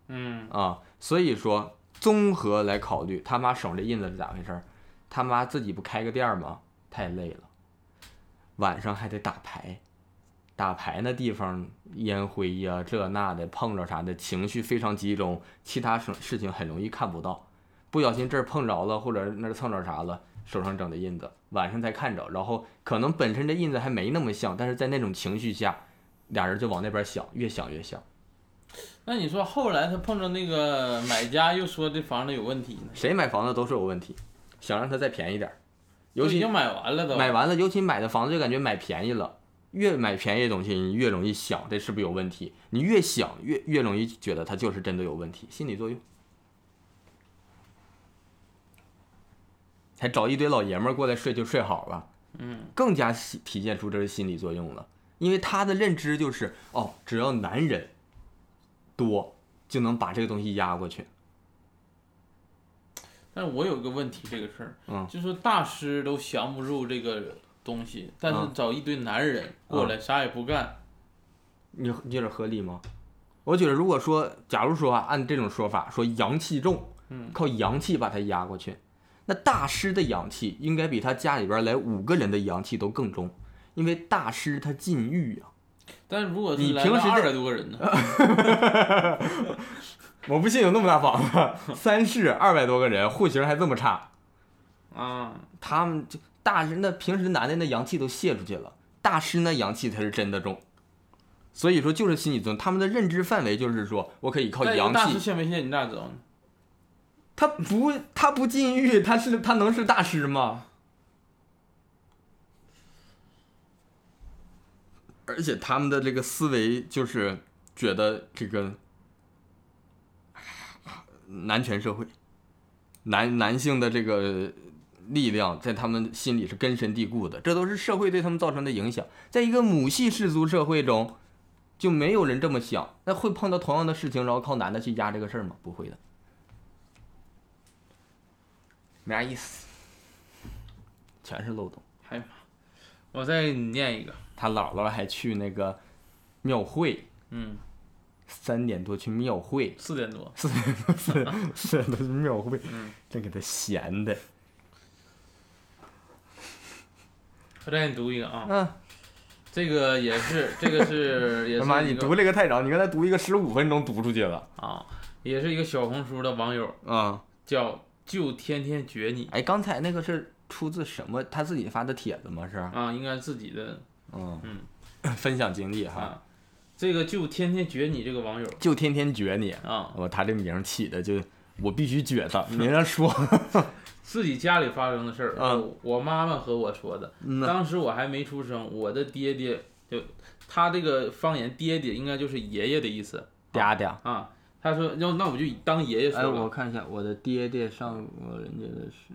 [SPEAKER 1] 嗯，
[SPEAKER 2] 啊，所以说综合来考虑，他妈手上这印子是咋回事儿？他妈自己不开个店儿吗？太累了，晚上还得打牌，打牌那地方烟灰呀、这那的碰着啥的，情绪非常集中，其他事事情很容易看不到，不小心这儿碰着了或者那儿蹭着啥了。手上整的印子，晚上才看着，然后可能本身这印子还没那么像，但是在那种情绪下，俩人就往那边想，越想越像。
[SPEAKER 1] 那你说后来他碰着那个买家又说这房子有问题呢，
[SPEAKER 2] 谁买房子都是有问题，想让它再便宜点儿，尤
[SPEAKER 1] 都已
[SPEAKER 2] 其
[SPEAKER 1] 经买完了都，
[SPEAKER 2] 买完了，尤其买的房子就感觉买便宜了，越买便宜的东西，你越容易想这是不是有问题，你越想越越容易觉得它就是真的有问题，心理作用。还找一堆老爷们儿过来睡就睡好了，
[SPEAKER 1] 嗯，
[SPEAKER 2] 更加体体现出这是心理作用了，因为他的认知就是哦，只要男人多就能把这个东西压过去，
[SPEAKER 1] 但是我有个问题，这个事儿，
[SPEAKER 2] 嗯
[SPEAKER 1] 就说大师都降不住这个东西，但是
[SPEAKER 2] 嗯
[SPEAKER 1] 找一堆男人过来啥也不干，
[SPEAKER 2] 你你觉得合理吗？我觉得如果说，假如说啊，按这种说法，说阳气重，
[SPEAKER 1] 嗯
[SPEAKER 2] 靠阳气把它压过去，那大师的阳气应该比他家里边来五个人的阳气都更重，因为大师他禁欲啊。
[SPEAKER 1] 但是如果是
[SPEAKER 2] 你
[SPEAKER 1] 来
[SPEAKER 2] 平
[SPEAKER 1] 了
[SPEAKER 2] 时
[SPEAKER 1] 二
[SPEAKER 2] 在
[SPEAKER 1] 百多个人呢，
[SPEAKER 2] 我不信有那么大房子，三室二百多个人，户型还这么差，呃
[SPEAKER 1] 啊，
[SPEAKER 2] 他们就大师那平时男的那阳气都泄出去了，大师那阳气才是真的重。所以说，就是心理作用，他们的认知范围就是说我可以靠
[SPEAKER 1] 但是
[SPEAKER 2] 阳
[SPEAKER 1] 大
[SPEAKER 2] 气
[SPEAKER 1] 师信没信你咋知道呢？
[SPEAKER 2] 他不，他不禁欲，他是他能是大师吗？而且他们的这个思维就是觉得这个男权社会，男男性的这个力量在他们心里是根深蒂固的，这都是社会对他们造成的影响。在一个母系氏族社会中，就没有人这么想，那会碰到同样的事情，然后靠男的去压这个事儿吗？不会的，没啥意思，全是漏洞。
[SPEAKER 1] 哎呀妈！我再给你念一个，
[SPEAKER 2] 他姥姥还去那个庙会，
[SPEAKER 1] 嗯，
[SPEAKER 2] 三点多去庙 会，
[SPEAKER 1] 四点多，
[SPEAKER 2] 四点多是四点多去庙会
[SPEAKER 1] 嗯，
[SPEAKER 2] 真给他闲的。
[SPEAKER 1] 我再给你读一个啊，
[SPEAKER 2] 嗯，
[SPEAKER 1] 这个也是，这个是 也
[SPEAKER 2] 他
[SPEAKER 1] 是
[SPEAKER 2] 妈你
[SPEAKER 1] 一个
[SPEAKER 2] 读这个太长，你刚才读一个十五分钟读出去了。
[SPEAKER 1] 啊，也是一个小红书的网友
[SPEAKER 2] 嗯，
[SPEAKER 1] 叫就天天绝你
[SPEAKER 2] 哎，刚才那个是出自什么？他自己发的帖子吗？是？
[SPEAKER 1] 啊，应该自己的
[SPEAKER 2] 嗯
[SPEAKER 1] 嗯，
[SPEAKER 2] 分享经历哈，
[SPEAKER 1] 啊，这个就天天绝你这个网友
[SPEAKER 2] 就天天撅你。
[SPEAKER 1] 啊，
[SPEAKER 2] 我他这名儿起的就我必须撅他，没人说。
[SPEAKER 1] 自己家里发生的事儿，
[SPEAKER 2] 嗯
[SPEAKER 1] 我妈妈和我说的，
[SPEAKER 2] 嗯呐
[SPEAKER 1] 当时我还没出生，我的爹爹就他这个方言爹爹应该就是爷爷的意思
[SPEAKER 2] 嗲嗲。
[SPEAKER 1] 啊，他说要那我就当爷爷说
[SPEAKER 2] 哎，
[SPEAKER 1] 了，
[SPEAKER 2] 我看一下，我的爹爹上过人家的是，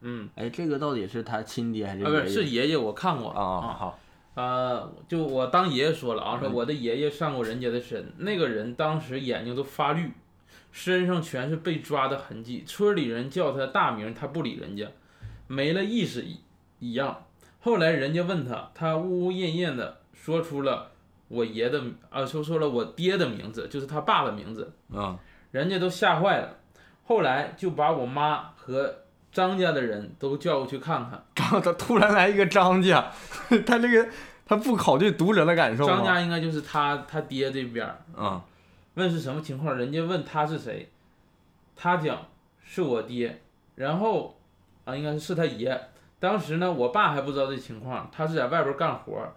[SPEAKER 1] 嗯，
[SPEAKER 2] 哎，这个到底是他亲爹还是
[SPEAKER 1] 啊不
[SPEAKER 2] 爷
[SPEAKER 1] 是
[SPEAKER 2] 爷？
[SPEAKER 1] 是爷爷，我看过
[SPEAKER 2] 啊啊，好，
[SPEAKER 1] 呃，就我当爷爷说了啊，说我的爷爷上过人家的身，那个人当时眼睛都发绿，身上全是被抓的痕迹。村里人叫他大名，他不理人家，没了意识一一样。后来人家问他，他呜呜咽咽的说出了我爷的啊，说出了我爹的名字，就是他爸的名字，
[SPEAKER 2] 嗯，
[SPEAKER 1] 人家都吓坏了。后来就把我妈和张家的人都叫过去看看。
[SPEAKER 2] 张 他突然来一个张家，他这个他不考虑读者的感受
[SPEAKER 1] 张
[SPEAKER 2] 吗？
[SPEAKER 1] 家应该就是他他爹这边儿，
[SPEAKER 2] 嗯，
[SPEAKER 1] 问是什么情况，人家问他是谁，他讲是我爹，然后啊，应该是他爷。当时呢，我爸还不知道这情况，他是在外边干活儿。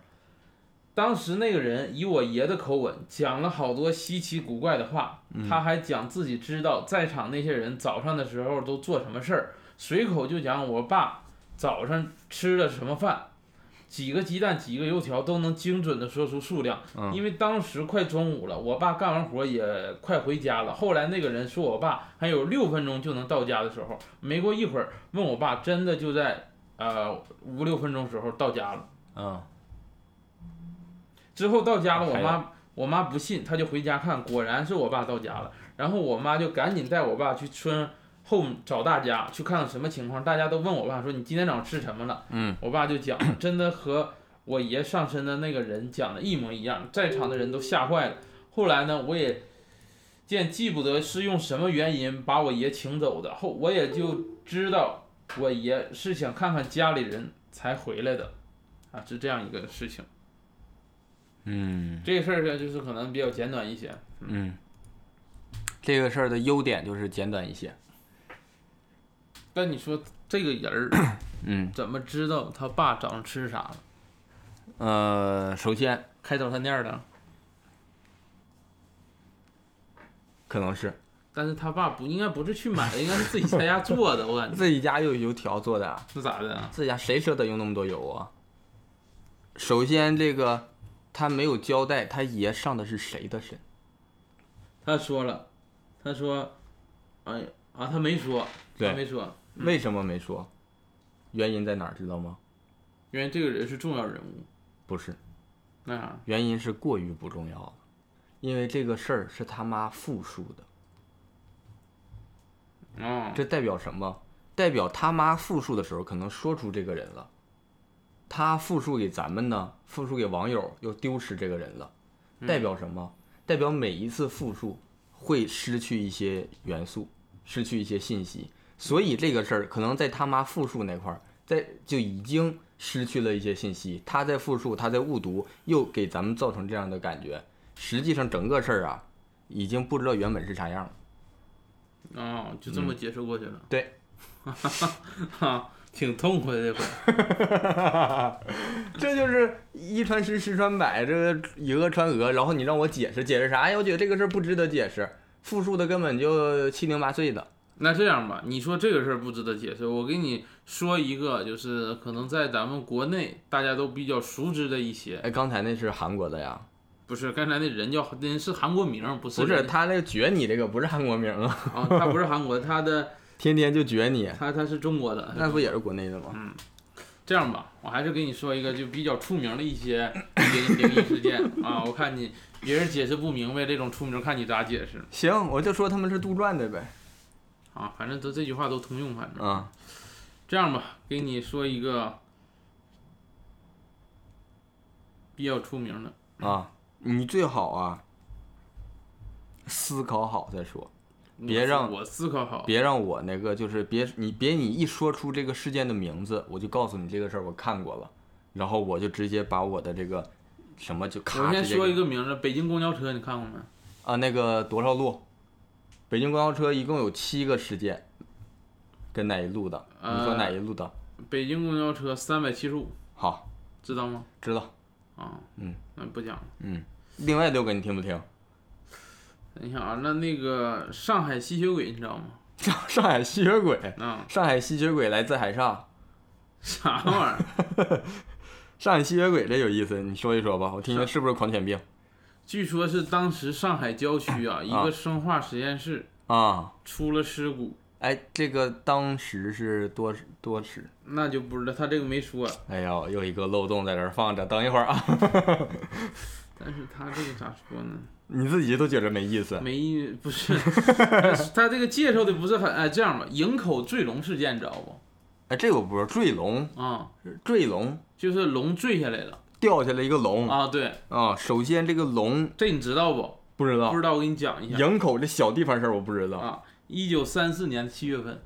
[SPEAKER 1] 当时那个人以我爷的口吻讲了好多稀奇古怪的话，他还讲自己知道在场那些人早上的时候都做什么事儿，随口就讲我爸早上吃了什么饭，几个鸡蛋几个油条都能精准的说出数量，
[SPEAKER 2] 嗯
[SPEAKER 1] 因为当时快中午了，我爸干完活也快回家了。后来那个人说我爸还有六分钟就能到家的时候，没过一会儿问我爸真的就在呃五六分钟时候到家了。
[SPEAKER 2] 嗯，
[SPEAKER 1] 之后到家了，我
[SPEAKER 2] 啊还有
[SPEAKER 1] 妈我妈不信，她就回家看，果然是我爸到家了。然后我妈就赶紧带我爸去村后找大家去看看什么情况。大家都问我爸说：“你今天早上吃什么了？”
[SPEAKER 2] 嗯，
[SPEAKER 1] 我爸就 讲，真的和我爷上身的那个人讲的一模一样，在场的人都吓坏了。后来呢，我也见记不得是用什么原因把我爷请走的，后我也就知道我爷是想看看家里人才回来的，啊，是这样一个事情。
[SPEAKER 2] 嗯。
[SPEAKER 1] 这个事儿呢，就是可能比较简短一些。
[SPEAKER 2] 嗯，这个事儿的优点就是简短一些。
[SPEAKER 1] 但你说这个人儿
[SPEAKER 2] 嗯，
[SPEAKER 1] 怎么知道他爸早上吃啥了？
[SPEAKER 2] 呃，首先
[SPEAKER 1] 开早餐店儿的，
[SPEAKER 2] 可能是
[SPEAKER 1] 但是他爸不应该不是去买的，应该是自己在家做的。我感觉
[SPEAKER 2] 自己家有油条做的啊，
[SPEAKER 1] 那咋的啊？
[SPEAKER 2] 自己家谁舍得用那么多油啊？首先，这个他没有交代他爷上的是谁的身，
[SPEAKER 1] 他说了，他说，哎呀啊，他没说，
[SPEAKER 2] 对
[SPEAKER 1] 他没说，
[SPEAKER 2] 为什么没说？原因在哪儿知道吗？
[SPEAKER 1] 因为这个人是重要人物。
[SPEAKER 2] 不是，
[SPEAKER 1] 那啥，
[SPEAKER 2] 原因是过于不重要了，因为这个事儿是他妈复述的。
[SPEAKER 1] 哦，
[SPEAKER 2] 这代表什么？代表他妈复述的时候可能说出这个人了，他复述给咱们呢，复述给网友又丢失这个人了，代表什么？代表每一次复述会失去一些元素，失去一些信息，所以这个事儿可能在他妈复述那块儿，在就已经失去了一些信息，他在复述，他在误读，又给咱们造成这样的感觉。实际上，整个事儿啊，已经不知道原本是啥样了。
[SPEAKER 1] 哦，就这么解释过去了。
[SPEAKER 2] 嗯 对，
[SPEAKER 1] 哈，挺痛快的这回。
[SPEAKER 2] 这就是一传十，十传百，这个以讹传讹。然后你让我解释，解释啥呀？哎我觉得这个事儿不值得解释，复述的根本就七零八碎的。
[SPEAKER 1] 那这样吧，你说这个事儿不值得解释，我给你说一个，就是可能在咱们国内大家都比较熟知的一些，
[SPEAKER 2] 哎，刚才那是韩国的呀？
[SPEAKER 1] 不是刚才那人叫那人是韩国名儿，不是
[SPEAKER 2] 不是，
[SPEAKER 1] 人
[SPEAKER 2] 他那个撅你这个不是韩国名啊，
[SPEAKER 1] 啊，他不是韩国，他的
[SPEAKER 2] 天天就撅你，
[SPEAKER 1] 他他是中国的，
[SPEAKER 2] 那不也是国内的吗？
[SPEAKER 1] 这样吧，我还是给你说一个就比较出名的一些灵灵异事件啊，我看你别人解释不明白这种出名，看你咋解释
[SPEAKER 2] 行，我就说他们是杜撰的呗。
[SPEAKER 1] 啊，反正都这句话都通用，反正
[SPEAKER 2] 啊、
[SPEAKER 1] 这样吧，给你说一个比较出名的，
[SPEAKER 2] 啊，你最好啊，思考好再说，别让
[SPEAKER 1] 我思考好，
[SPEAKER 2] 别让我那个就是别你别你一说出这个事件的名字，我就告诉你这个事儿我看过了，然后我就直接把我的这个什么就
[SPEAKER 1] 我
[SPEAKER 2] 咔
[SPEAKER 1] 先
[SPEAKER 2] 直接
[SPEAKER 1] 说一
[SPEAKER 2] 给
[SPEAKER 1] 个名字，北京公交车你看过没？
[SPEAKER 2] 啊那个多少路，北京公交车一共有七个事件，跟哪一路的？你说哪一路的？
[SPEAKER 1] 北京公交车三百七十五，
[SPEAKER 2] 好，
[SPEAKER 1] 知道吗？
[SPEAKER 2] 知道。
[SPEAKER 1] 啊，
[SPEAKER 2] 嗯，
[SPEAKER 1] 那不讲了。
[SPEAKER 2] 另外六个你听不听？
[SPEAKER 1] 你想啊，那那个上海吸血鬼你知道吗？
[SPEAKER 2] 上上海吸血鬼，
[SPEAKER 1] 啊，
[SPEAKER 2] 上海吸血鬼来自海上，
[SPEAKER 1] 啥玩意儿？
[SPEAKER 2] 上海吸血鬼这有意思，你说一说吧，我听听是不是狂犬病
[SPEAKER 1] 据说是当时上海郊区 啊，一个生化实验室
[SPEAKER 2] 啊？
[SPEAKER 1] 出了尸骨，
[SPEAKER 2] 哎，这个当时是多多时，
[SPEAKER 1] 那就不知道他这个没说，
[SPEAKER 2] 哎呀，又一个漏洞在这儿放着，等一会儿啊，
[SPEAKER 1] 但是他这个咋说呢？
[SPEAKER 2] 你自己都觉着没意思
[SPEAKER 1] 没意不是， 他这个介绍的不是很哎，这样吧，营口坠龙事件你知道不？
[SPEAKER 2] 哎，这我不是坠龙，
[SPEAKER 1] 啊、
[SPEAKER 2] 坠龙
[SPEAKER 1] 就是龙坠下来了
[SPEAKER 2] 掉下来一个龙
[SPEAKER 1] 啊，对，
[SPEAKER 2] 啊，首先这个龙
[SPEAKER 1] 这你知道不？
[SPEAKER 2] 不知道
[SPEAKER 1] 不，知道我给你讲一下
[SPEAKER 2] 营口这小地方事儿我不知道，
[SPEAKER 1] 啊，一九三四年七月份，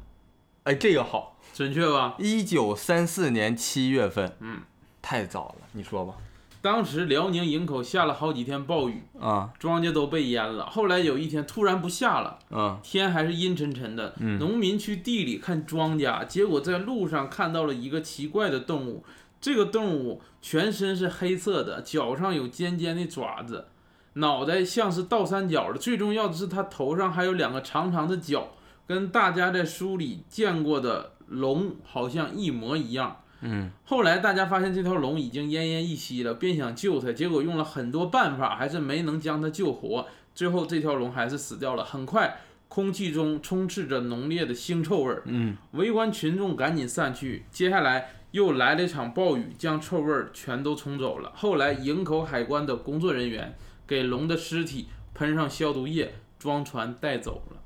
[SPEAKER 2] 哎，这个好，
[SPEAKER 1] 准确吧？
[SPEAKER 2] 一九三四年七月份，
[SPEAKER 1] 嗯，
[SPEAKER 2] 太早了，你说吧，
[SPEAKER 1] 当时辽宁营口下了好几天暴雨，
[SPEAKER 2] 啊，
[SPEAKER 1] 庄稼都被淹了。后来有一天突然不下了，
[SPEAKER 2] 嗯
[SPEAKER 1] 天还是阴沉沉的。农民去地里看庄稼，结果在路上看到了一个奇怪的动物。这个动物全身是黑色的，脚上有尖尖的爪子，脑袋像是倒三角的。最重要的是，它头上还有两个长长的角，跟大家在书里见过的龙好像一模一样。
[SPEAKER 2] 嗯，
[SPEAKER 1] 后来大家发现这条龙已经奄奄一息了，便想救它，结果用了很多办法，还是没能将它救活。最后这条龙还是死掉了。很快，空气中充斥着浓烈的腥臭味儿。
[SPEAKER 2] 嗯，
[SPEAKER 1] 围观群众赶紧散去。接下来又来了一场暴雨，将臭味儿全都冲走了。后来，营口海关的工作人员给龙的尸体喷上消毒液，装船带走了。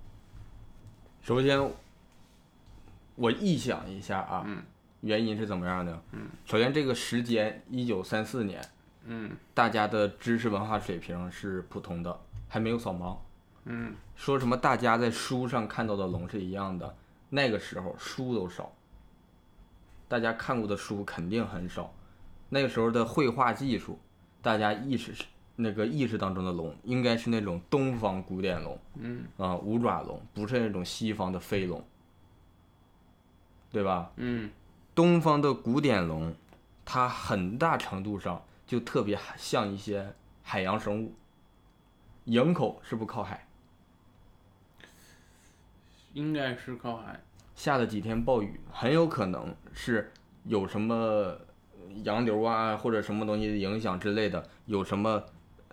[SPEAKER 2] 首先，我臆想一下啊，
[SPEAKER 1] 嗯
[SPEAKER 2] 原因是怎么样的？嗯，首先这个时间一九三四年，
[SPEAKER 1] 嗯
[SPEAKER 2] 大家的知识文化水平是普通的，还没有扫盲。
[SPEAKER 1] 嗯，
[SPEAKER 2] 说什么大家在书上看到的龙是一样的，那个时候书都少，大家看过的书肯定很少。那个时候的绘画技术，大家意识是那个意识当中的龙应该是那种东方古典龙，
[SPEAKER 1] 嗯
[SPEAKER 2] 啊、五爪龙，不是那种西方的飞龙，对吧？
[SPEAKER 1] 嗯
[SPEAKER 2] 东方的古典龙，它很大程度上就特别像一些海洋生物。营口是不靠海，
[SPEAKER 1] 应该是靠海。
[SPEAKER 2] 下了几天暴雨，很有可能是有什么洋流啊，或者什么东西的影响之类的，有什么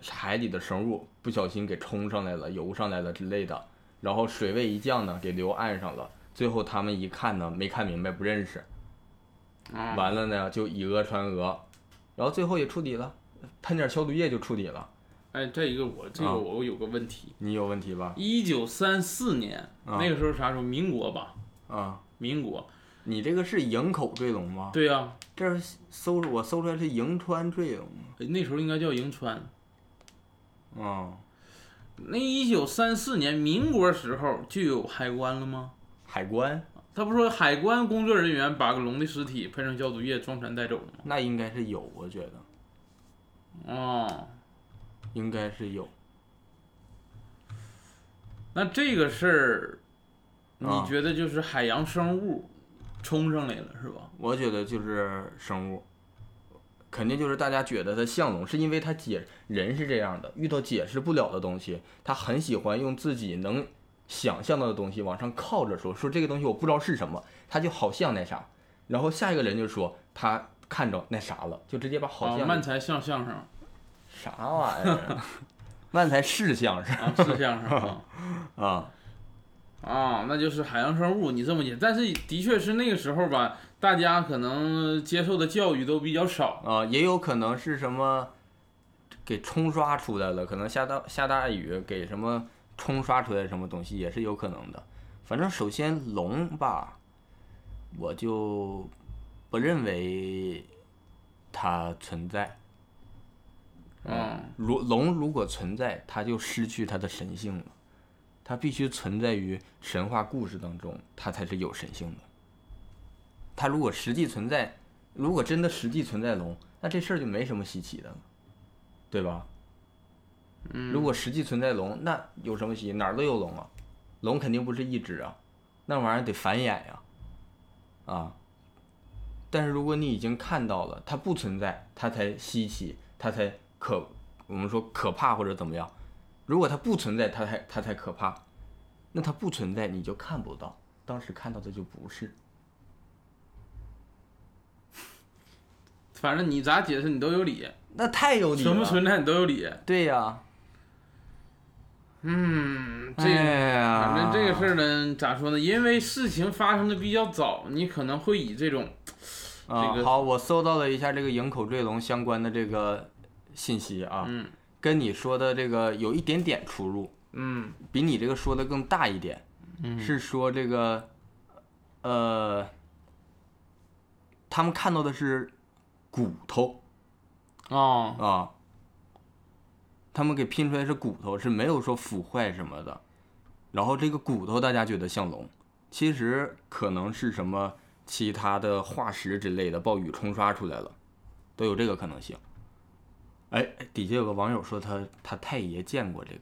[SPEAKER 2] 海里的生物不小心给冲上来了、游上来了之类的，然后水位一降呢，给流岸上了。最后他们一看呢，没看明白，不认识，
[SPEAKER 1] 啊、
[SPEAKER 2] 完了呢就以讹传讹，然后最后也处理了，喷点消毒液就处理了。
[SPEAKER 1] 哎，这一个我这个
[SPEAKER 2] 啊
[SPEAKER 1] 我有个问题。
[SPEAKER 2] 你有问题吧？
[SPEAKER 1] 一九三四年，
[SPEAKER 2] 啊
[SPEAKER 1] 那个时候啥时候？民国吧，
[SPEAKER 2] 啊，
[SPEAKER 1] 民国。
[SPEAKER 2] 你这个是营口坠龙吗？
[SPEAKER 1] 对啊呀、
[SPEAKER 2] 这是搜我搜出来是银川坠龙
[SPEAKER 1] 那时候应该叫银川。
[SPEAKER 2] 啊，
[SPEAKER 1] 那一九三四年民国时候就有海关了吗？
[SPEAKER 2] 海关
[SPEAKER 1] 他不说海关工作人员把个龙的尸体喷上消毒液，装船带走了吗？
[SPEAKER 2] 那应该是有，我觉得
[SPEAKER 1] 哦，
[SPEAKER 2] 应该是有。
[SPEAKER 1] 那这个事儿，
[SPEAKER 2] 啊
[SPEAKER 1] 你觉得就是海洋生物冲上来了是吧？
[SPEAKER 2] 我觉得就是生物，肯定就是大家觉得它像龙，是因为它解人是这样的，遇到解释不了的东西，他很喜欢用自己能想象到的东西往上靠着说，说这个东西我不知道是什么，它就好像那啥，然后下一个人就说他看着那啥了，就直接把好
[SPEAKER 1] 啊，
[SPEAKER 2] 像、
[SPEAKER 1] 漫才像相声
[SPEAKER 2] 啥 玩意儿，万才是相声
[SPEAKER 1] 啊，是相声啊。
[SPEAKER 2] 啊，
[SPEAKER 1] 啊，那就是海洋生物，你这么解。但是的确是那个时候吧，大家可能接受的教育都比较少。
[SPEAKER 2] 啊、也有可能是什么给冲刷出来了，可能下大下大雨给什么冲刷出来什么东西也是有可能的。反正首先龙吧，我就不认为它存在。
[SPEAKER 1] 嗯，
[SPEAKER 2] 如龙如果存在，它就失去它的神性了。它必须存在于神话故事当中，它才是有神性的。它如果实际存在，如果真的实际存在龙，那这事儿就没什么稀奇的了，对吧？嗯。如果实际存在龙，那有什么稀？哪儿都有龙啊，龙肯定不是一只啊，那玩意儿得繁衍呀、啊，但是如果你已经看到了它不存在，它才稀奇，它才可我们说可怕或者怎么样。如果它不存在，它才它才可怕。那它不存在，你就看不到，当时看到的就不是。
[SPEAKER 1] 反正你咋解释你都有理，
[SPEAKER 2] 那太有理了。
[SPEAKER 1] 存不存在你都有理。
[SPEAKER 2] 对呀、
[SPEAKER 1] 嗯，这个。
[SPEAKER 2] 哎呀，
[SPEAKER 1] 反正这个事儿呢，咋说呢？因为事情发生的比较早，你可能会以这种
[SPEAKER 2] 啊、
[SPEAKER 1] 这个
[SPEAKER 2] 好，我搜到了一下这个营口坠龙相关的这个信息啊，
[SPEAKER 1] 嗯
[SPEAKER 2] 跟你说的这个有一点点出入，
[SPEAKER 1] 嗯
[SPEAKER 2] 比你这个说的更大一点，是说这个，呃，他们看到的是骨头
[SPEAKER 1] 哦
[SPEAKER 2] 啊，他们给拼出来是骨头，是没有说腐坏什么的。然后这个骨头大家觉得像龙，其实可能是什么其他的化石之类的，暴雨冲刷出来了，都有这个可能性。哎，底下有个网友说他他太爷见过这个，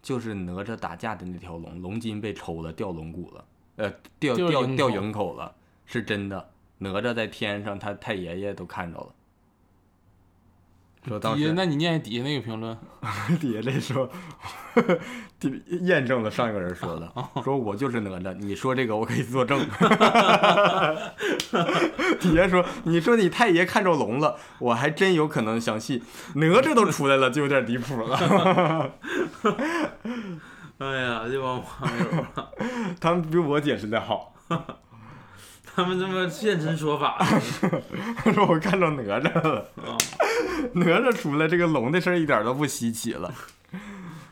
[SPEAKER 2] 就是哪吒打架的那条龙，龙筋被抽了，掉龙骨了，呃，掉
[SPEAKER 1] 掉
[SPEAKER 2] 掉
[SPEAKER 1] 营
[SPEAKER 2] 掉
[SPEAKER 1] 口
[SPEAKER 2] 营口了，是真的。哪吒在天上，他太爷爷都看着了。说当
[SPEAKER 1] 底下
[SPEAKER 2] 时
[SPEAKER 1] 那你念底下那个评论，
[SPEAKER 2] 底下这说，底验证了上一个人说
[SPEAKER 1] 哦
[SPEAKER 2] 的，说我就是哪吒，你说这个我可以作证。 底下说，你说你太爷看着龙了，我还真有可能相信。哪吒都出来了，就有点离谱了。
[SPEAKER 1] 哎呀，这帮网友啊，
[SPEAKER 2] 他们比我解释的好，
[SPEAKER 1] 他们这么现身说法，
[SPEAKER 2] 说我看着哪吒了，
[SPEAKER 1] 啊
[SPEAKER 2] 哪吒出来这个龙的事儿一点都不稀奇了。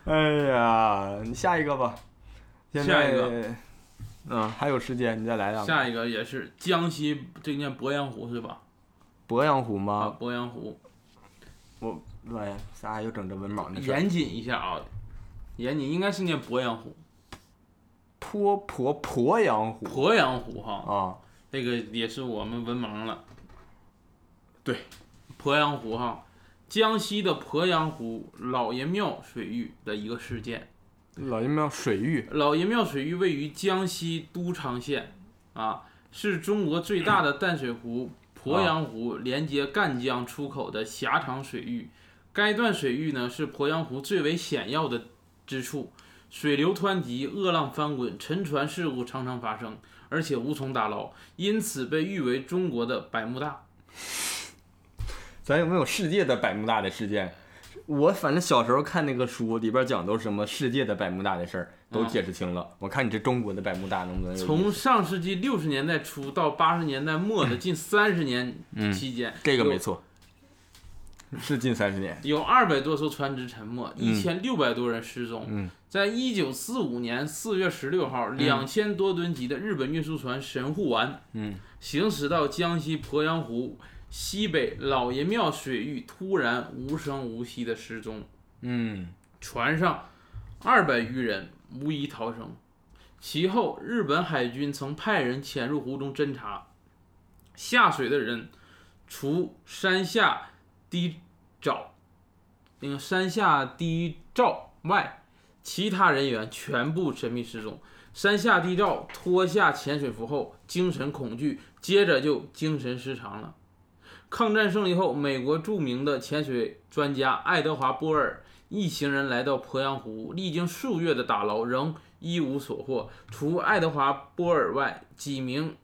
[SPEAKER 2] 哎呀，你下一个吧，现在
[SPEAKER 1] 下一个，
[SPEAKER 2] 嗯，还有时间，你再来两个。
[SPEAKER 1] 下一个也是江西，这念鄱阳湖是吧？啊
[SPEAKER 2] 鄱阳湖吗？
[SPEAKER 1] 鄱阳湖，
[SPEAKER 2] 我哎，啥又整这文盲的事儿？
[SPEAKER 1] 严谨一下啊，严谨应该是念鄱阳湖，
[SPEAKER 2] 鄱鄱鄱阳湖
[SPEAKER 1] 鄱阳湖哈，
[SPEAKER 2] 啊，
[SPEAKER 1] 这个也是我们文盲了。
[SPEAKER 2] 对，
[SPEAKER 1] 鄱阳湖哈，江西的鄱阳湖老爷庙水域的一个事件。
[SPEAKER 2] 老爷庙水域
[SPEAKER 1] 老爷庙水域位于江西都昌县，啊，是中国最大的淡水湖鄱阳湖连接赣江出口的狭长水域。该段水域呢是鄱阳湖最为险要的之处，水流湍急，恶浪翻滚，沉船事故常常发生，而且无从打捞，因此被誉为中国的百慕大。
[SPEAKER 2] 咱有没有世界的百慕大的事件？我反正小时候看那个书，里边讲都是什么世界的百慕大的事儿，都
[SPEAKER 1] 嗯
[SPEAKER 2] 解释清了。我看你这中国的百慕大能不能有意
[SPEAKER 1] 从
[SPEAKER 2] 思
[SPEAKER 1] 上世纪六十年代初到八十年代末的近三十年
[SPEAKER 2] 嗯
[SPEAKER 1] 期间，
[SPEAKER 2] 这个
[SPEAKER 1] 有
[SPEAKER 2] 没错，是近三十年。
[SPEAKER 1] 有二百多艘船只沉没，一
[SPEAKER 2] 嗯
[SPEAKER 1] 千六百多人失踪。
[SPEAKER 2] 嗯
[SPEAKER 1] 在一九四五年四月十六号，两千、多吨级的日本运输船“神户丸”
[SPEAKER 2] 嗯
[SPEAKER 1] 行驶到江西鄱阳湖西北老爷庙水域，突然无声无息的失踪，
[SPEAKER 2] 嗯，
[SPEAKER 1] 船上二百余人无一逃生。其后，日本海军曾派人潜入湖中侦查，下水的人除山下低沼，那个山下低照外，其他人员全部神秘失踪。山下低照脱下潜水服后，精神恐惧，接着就精神失常了。抗战胜利后，美国著名的潜水专家爱德华·波尔一行人来到鄱阳湖，历经数月的打捞，仍一无所获。除爱德华·波尔外，几名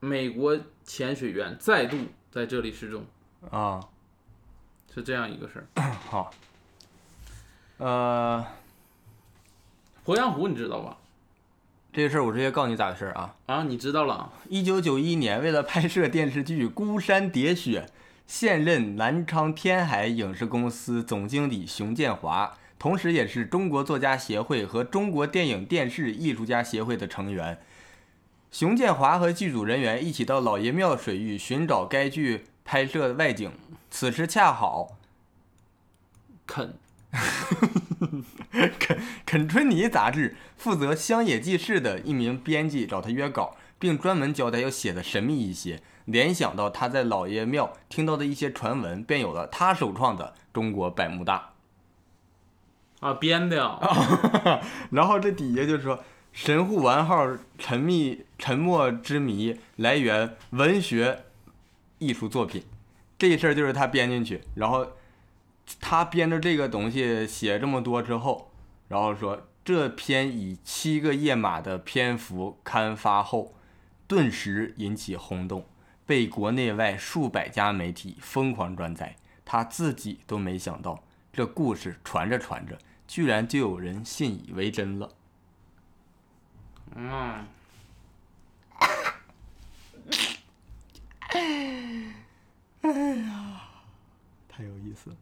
[SPEAKER 1] 美国潜水员再度在这里失踪，
[SPEAKER 2] 啊，
[SPEAKER 1] 是这样一个事儿。
[SPEAKER 2] 好，呃，
[SPEAKER 1] 鄱阳湖你知道吧？
[SPEAKER 2] 这个事儿我直接告诉你咋回事儿啊！
[SPEAKER 1] 啊，你知道了，
[SPEAKER 2] 一九九一年，为了拍摄电视剧《孤山喋雪》，现任南昌天海影视公司总经理熊建华，同时也是中国作家协会和中国电影电视艺术家协会的成员。熊建华和剧组人员一起到老爷庙水域寻找该剧拍摄的外景，此时恰好
[SPEAKER 1] 肯
[SPEAKER 2] 肯肯春尼杂志负责乡野记事的一名编辑找他约稿，并专门交代要写的神秘一些。联想到他在老爷庙听到的一些传闻，便有了他首创的中国百慕大。
[SPEAKER 1] 啊编的呀，
[SPEAKER 2] 然后这底下就说神户丸号沉迷沉默之谜来源文学艺术作品，这事儿就是他编进去，然后他编着这个东西写这么多之后，然后说这篇以七个页码的篇幅刊发后，顿时引起轰动，被国内外数百家媒体疯狂转载，他自己都没想到。这故事传着传着，居然就有人信以为真了。
[SPEAKER 1] 嗯，
[SPEAKER 2] 太有意思了。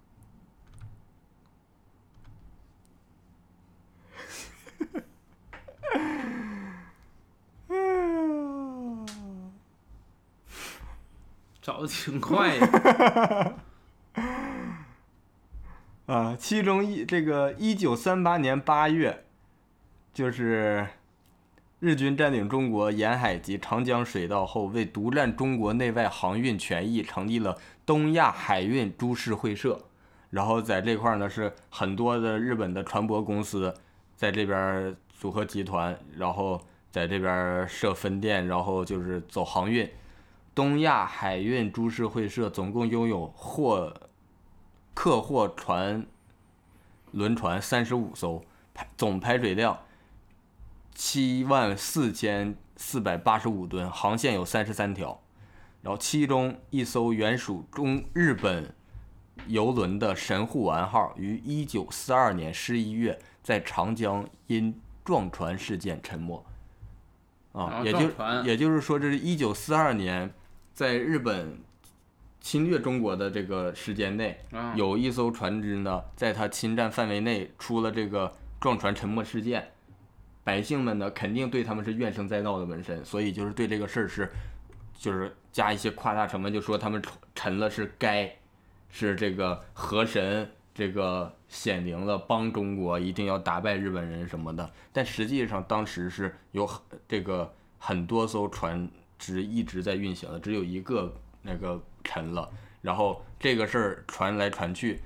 [SPEAKER 1] 找的挺快呀，
[SPEAKER 2] 啊，其中一这个一九三八年八月，就是日军占领中国沿海及长江水道后，为独占中国内外航运权益，成立了东亚海运株式会社。然后在这块儿呢，是很多的日本的船舶公司在这边儿组合集团，然后在这边儿设分店，然后就是走航运。东亚海运株式会社总共拥有货客货船、轮船三十五艘，排总排水量七万四千四百八十五吨，航线有三十三条。然后其中一艘原属中日本游轮的神户丸号，于一九四二年十一月在长江因撞船事件沉没。啊
[SPEAKER 1] 啊，
[SPEAKER 2] 也就
[SPEAKER 1] 撞船
[SPEAKER 2] 也就是说，这是一九四二年在日本侵略中国的这个时间内，
[SPEAKER 1] 啊，
[SPEAKER 2] 有一艘船只呢，在它侵占范围内出了这个撞船沉没事件，百姓们呢肯定对他们是怨声载道的纹身，所以就是对这个事儿是，就是加一些夸大成分，就说他们沉沉了是该，是这个河神这个显灵了，帮中国一定要打败日本人什么的，但实际上当时是有很这个很多艘船只一直在运行的，只有一个那个沉了。然后这个事儿传来传去，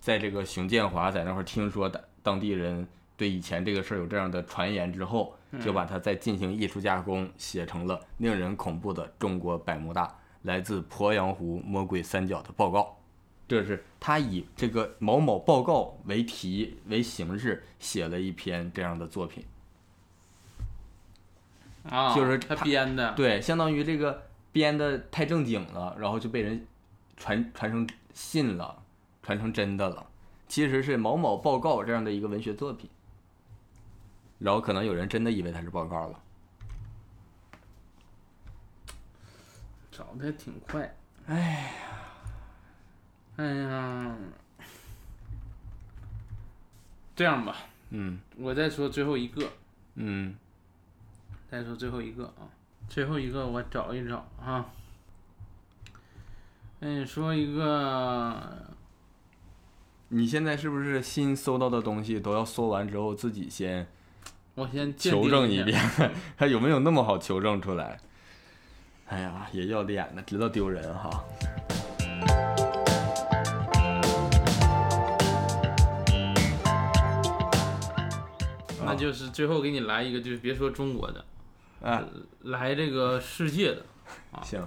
[SPEAKER 2] 在这个熊建华在那块儿听说当当地人对以前这个事儿有这样的传言之后，就把它再进行艺术加工，写成了令人恐怖的《中国百慕大》，来自鄱阳湖魔鬼三角的报告。这是他以这个某某报告为题为形式写了一篇这样的作品。
[SPEAKER 1] 啊，
[SPEAKER 2] 就是
[SPEAKER 1] 他
[SPEAKER 2] 他
[SPEAKER 1] 编的，
[SPEAKER 2] 对，相当于这个编的太正经了，然后就被人传传成信了，传成真的了。其实是某某报告这样的一个文学作品，然后可能有人真的以为它是报告了。
[SPEAKER 1] 找的挺快，哎呀，哎呀，这样吧，
[SPEAKER 2] 嗯
[SPEAKER 1] 我再说最后一个，
[SPEAKER 2] 嗯，
[SPEAKER 1] 再说最后一个啊，最后一个我找一找啊。嗯，说一个，
[SPEAKER 2] 你现在是不是新搜到的东西都要搜完之后自己先
[SPEAKER 1] 我先鉴定
[SPEAKER 2] 求证一
[SPEAKER 1] 下
[SPEAKER 2] 遍， 还有没有那么好求证出来？哎呀，也要脸呢，知道丢人哈。
[SPEAKER 1] 那就是最后给你来一个，就是别说中国的，
[SPEAKER 2] 啊，
[SPEAKER 1] 来这个世界的，
[SPEAKER 2] 行，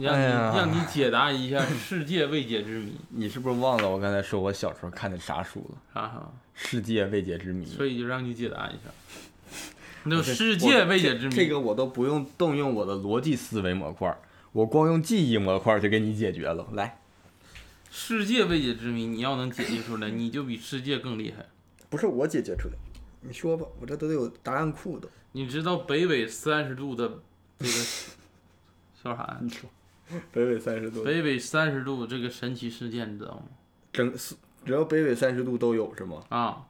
[SPEAKER 1] 让你、
[SPEAKER 2] 哎呀
[SPEAKER 1] 让你解答一下世界未解之谜
[SPEAKER 2] 你是不是忘了我刚才说我小时候看的啥书了？
[SPEAKER 1] 啊，
[SPEAKER 2] 世界未解之谜。
[SPEAKER 1] 所以就让你解答一下。 那
[SPEAKER 2] 嗯我这
[SPEAKER 1] 世界未解之
[SPEAKER 2] 我
[SPEAKER 1] 谜，
[SPEAKER 2] 这这个我都不用动用我的逻辑思维模块儿，我光用记忆模块儿就给你解决了。来，
[SPEAKER 1] 世界未解之谜，你要能解决出来，你就比世界更厉害。
[SPEAKER 2] 不是我解决出来，你说吧， 我这都得有答案库的。
[SPEAKER 1] 你知道北纬三十度的这个说啥呀？
[SPEAKER 2] 北纬三十度，
[SPEAKER 1] 北纬三十度这个神奇事件，你知道吗？
[SPEAKER 2] 整只要北纬三十度都有是吗？
[SPEAKER 1] 啊，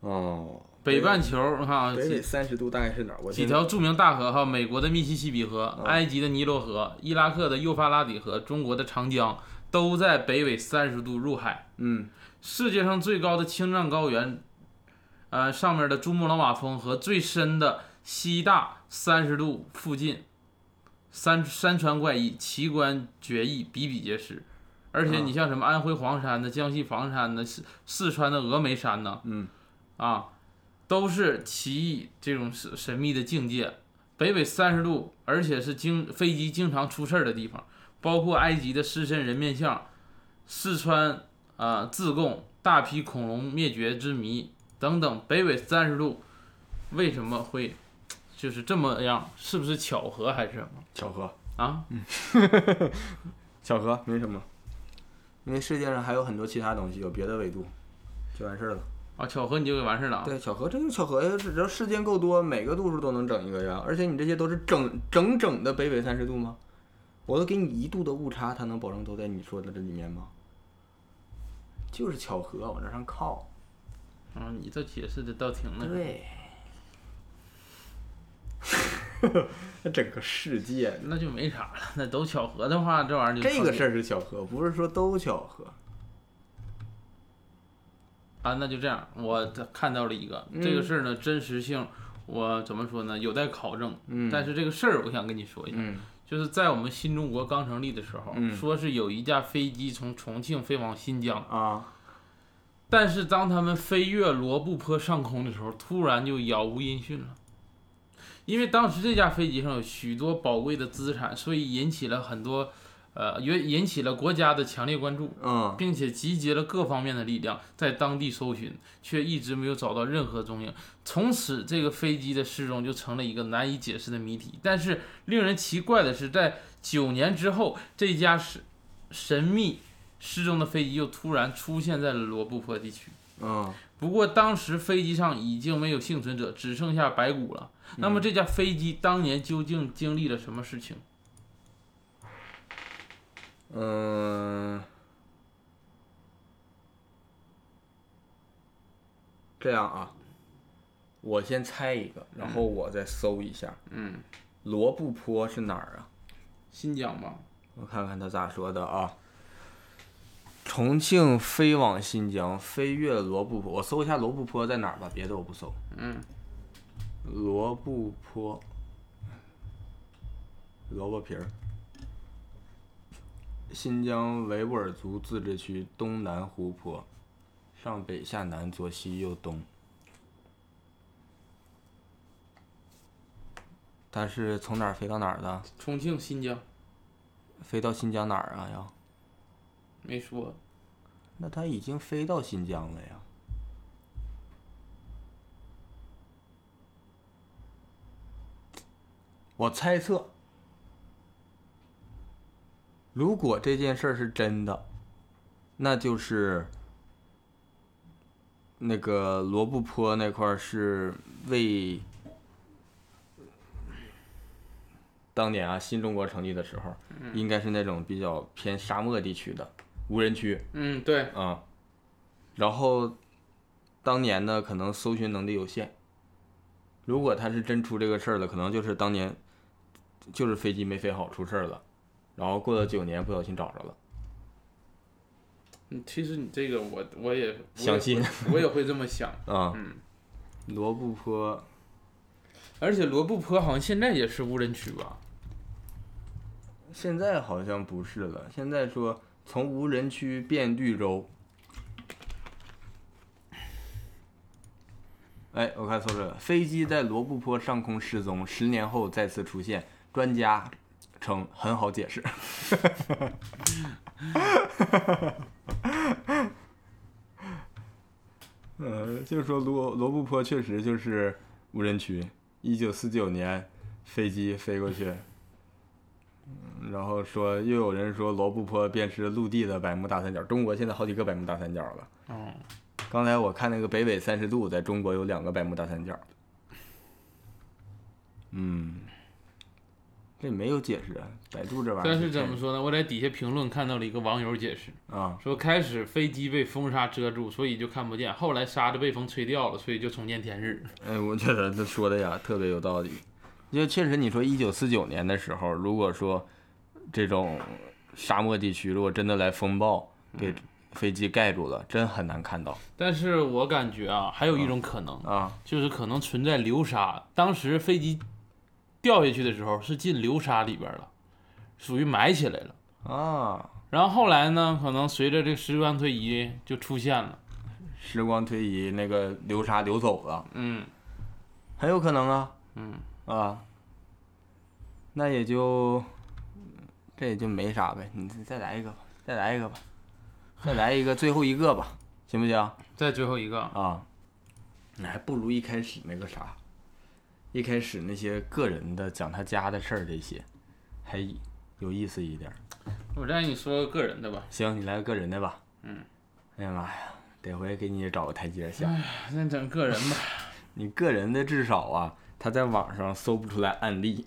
[SPEAKER 2] 哦，
[SPEAKER 1] 北半球哈，
[SPEAKER 2] 北纬
[SPEAKER 1] 几
[SPEAKER 2] 三十度大概是哪儿？我
[SPEAKER 1] 几
[SPEAKER 2] 现
[SPEAKER 1] 条著名大河哈，美国的密西西比河、
[SPEAKER 2] 啊
[SPEAKER 1] 埃及的尼罗河、伊拉克的幼发拉底河、中国的长江，都在北纬三十度入海。
[SPEAKER 2] 嗯，
[SPEAKER 1] 世界上最高的青藏高原，呃，上面的珠穆朗玛峰和最深的西大三十度附近，山山川怪异、奇观绝异比比皆是。而且你像什么安徽黄山的、江西房山的、四四川的峨眉山呢，
[SPEAKER 2] 嗯，
[SPEAKER 1] 啊，都是奇异这种神神秘的境界。北纬三十度，而且是经飞机经常出事儿的地方，包括埃及的狮身人面像、四川啊、自贡、大批恐龙灭绝之谜等等。北纬三十度为什么会就是这么样？是不是巧合还是什么
[SPEAKER 2] 巧合，
[SPEAKER 1] 啊？
[SPEAKER 2] 巧合没什么，因为世界上还有很多其他东西，有别的纬度，就完事儿了。
[SPEAKER 1] 啊，巧合你就给完事儿了啊？
[SPEAKER 2] 对，巧合，这就是巧合呀！只要时间够多，每个度数都能整一个呀。而且你这些都是整整整的北纬三十度吗？我都给你一度的误差，它能保证都在你说的这里面吗？就是巧合，往这上靠。
[SPEAKER 1] 啊，你这解释的倒挺那个。
[SPEAKER 2] 对， 那整个世界，
[SPEAKER 1] 那就没啥了，那都巧合的话，这玩意儿就
[SPEAKER 2] 这个事
[SPEAKER 1] 儿
[SPEAKER 2] 儿是巧合，不是说都巧合。
[SPEAKER 1] 啊，那就这样。我看到了一个、
[SPEAKER 2] 嗯
[SPEAKER 1] 这个事儿呢，真实性我怎么说呢，有待考证。
[SPEAKER 2] 嗯，
[SPEAKER 1] 但是这个事儿，我想跟你说一下，
[SPEAKER 2] 嗯
[SPEAKER 1] 就是在我们新中国刚成立的时候，
[SPEAKER 2] 嗯
[SPEAKER 1] 说是有一架飞机从重庆飞往新疆，
[SPEAKER 2] 啊，
[SPEAKER 1] 但是当他们飞越罗布泊上空的时候，突然就杳无音讯了。因为当时这架飞机上有许多宝贵的资产，所以引起了很多，呃，引引起了国家的强烈关注，
[SPEAKER 2] 嗯，
[SPEAKER 1] 并且集结了各方面的力量，在当地搜寻，却一直没有找到任何踪影。从此，这个飞机的失踪就成了一个难以解释的谜题。但是，令人奇怪的是，在九年之后，这架神神秘失踪的飞机又突然出现在了罗布泊地区。
[SPEAKER 2] 嗯，
[SPEAKER 1] 不过当时飞机上已经没有幸存者，只剩下白骨了。那么这架飞机当年究竟经历了什么事情？
[SPEAKER 2] 嗯，这样啊，我先猜一个，然后我再搜一下。
[SPEAKER 1] 嗯，
[SPEAKER 2] 罗布泊是哪儿啊？
[SPEAKER 1] 新疆吧，
[SPEAKER 2] 我看看他咋说的啊。重庆飞往新疆，飞越罗布泊。我搜一下罗布泊在哪儿吧，别的我不搜。
[SPEAKER 1] 嗯，
[SPEAKER 2] 罗布泊，萝卜皮儿。新疆维吾尔族自治区东南湖泊，上北下南，左西右东。它是从哪儿飞到哪儿的？
[SPEAKER 1] 重庆、新疆
[SPEAKER 2] 飞到新疆哪儿啊？要？
[SPEAKER 1] 没说，
[SPEAKER 2] 那他已经飞到新疆了呀。我猜测，如果这件事儿是真的，那就是那个罗布泊那块儿是为当年啊新中国成立的时候，应该是那种比较偏沙漠地区的无人区。
[SPEAKER 1] 嗯，对，
[SPEAKER 2] 啊，然后当年呢，可能搜寻能力有限。如果他是真出这个事儿了，可能就是当年就是飞机没飞好出事儿了，然后过了九年不小心找着了。
[SPEAKER 1] 嗯其实你这个我我也
[SPEAKER 2] 相信，
[SPEAKER 1] 我也会我也会这么想。
[SPEAKER 2] 啊，
[SPEAKER 1] 嗯
[SPEAKER 2] 罗布泊
[SPEAKER 1] 而且罗布泊好像现在也是无人区吧？
[SPEAKER 2] 现在好像不是了，现在说从无人区变绿洲。哎，我看搜这个，飞机在罗布泊上空失踪，十年后再次出现，专家称很好解释。 呃，就是说罗罗布泊确实就是无人区，一九四九年飞机飞过去，然后说，又有人说罗布泊便是陆地的百慕大三角，中国现在好几个百慕大三角了。
[SPEAKER 1] 哦，
[SPEAKER 2] 刚才我看那个北纬三十度，在中国有两个百慕大三角。嗯，这没有解释，啊，百度这玩意儿。
[SPEAKER 1] 但是怎么说呢？我在底下评论看到了一个网友解释，
[SPEAKER 2] 啊？
[SPEAKER 1] 说开始飞机被风沙遮住，所以就看不见；后来沙子被风吹掉了，所以就重见天日。
[SPEAKER 2] 哎，我觉得他说的呀特别有道理，因为确实你说一九四九年的时候，如果说这种沙漠地区如果真的来风暴
[SPEAKER 1] 嗯
[SPEAKER 2] 给飞机盖住了，真很难看到
[SPEAKER 1] 但是我感觉啊，还有一种可能，
[SPEAKER 2] 啊。
[SPEAKER 1] 就是可能存在流沙。当时飞机掉下去的时候是进流沙里边了，属于埋起来了。
[SPEAKER 2] 啊，
[SPEAKER 1] 然后后来呢，可能随着这个时光推移就出现了。
[SPEAKER 2] 时光推移，那个流沙流走了，
[SPEAKER 1] 嗯，
[SPEAKER 2] 很有可能啊。
[SPEAKER 1] 嗯
[SPEAKER 2] 啊，那也就这也就没啥呗。你再来一个吧，再来一个吧，再来一个，最后一个吧，行不行？
[SPEAKER 1] 再最后一个，
[SPEAKER 2] 啊，你还不如一开始那个啥，一开始那些个人的讲他家的事儿这些，还有意思一点儿。
[SPEAKER 1] 我再给你说个个人的吧。
[SPEAKER 2] 行，你来个个人的吧。
[SPEAKER 1] 嗯。
[SPEAKER 2] 哎呀妈呀，得回给你找个台阶儿下。
[SPEAKER 1] 先整个人吧。
[SPEAKER 2] 你个人的至少啊，他在网上搜不出来案例。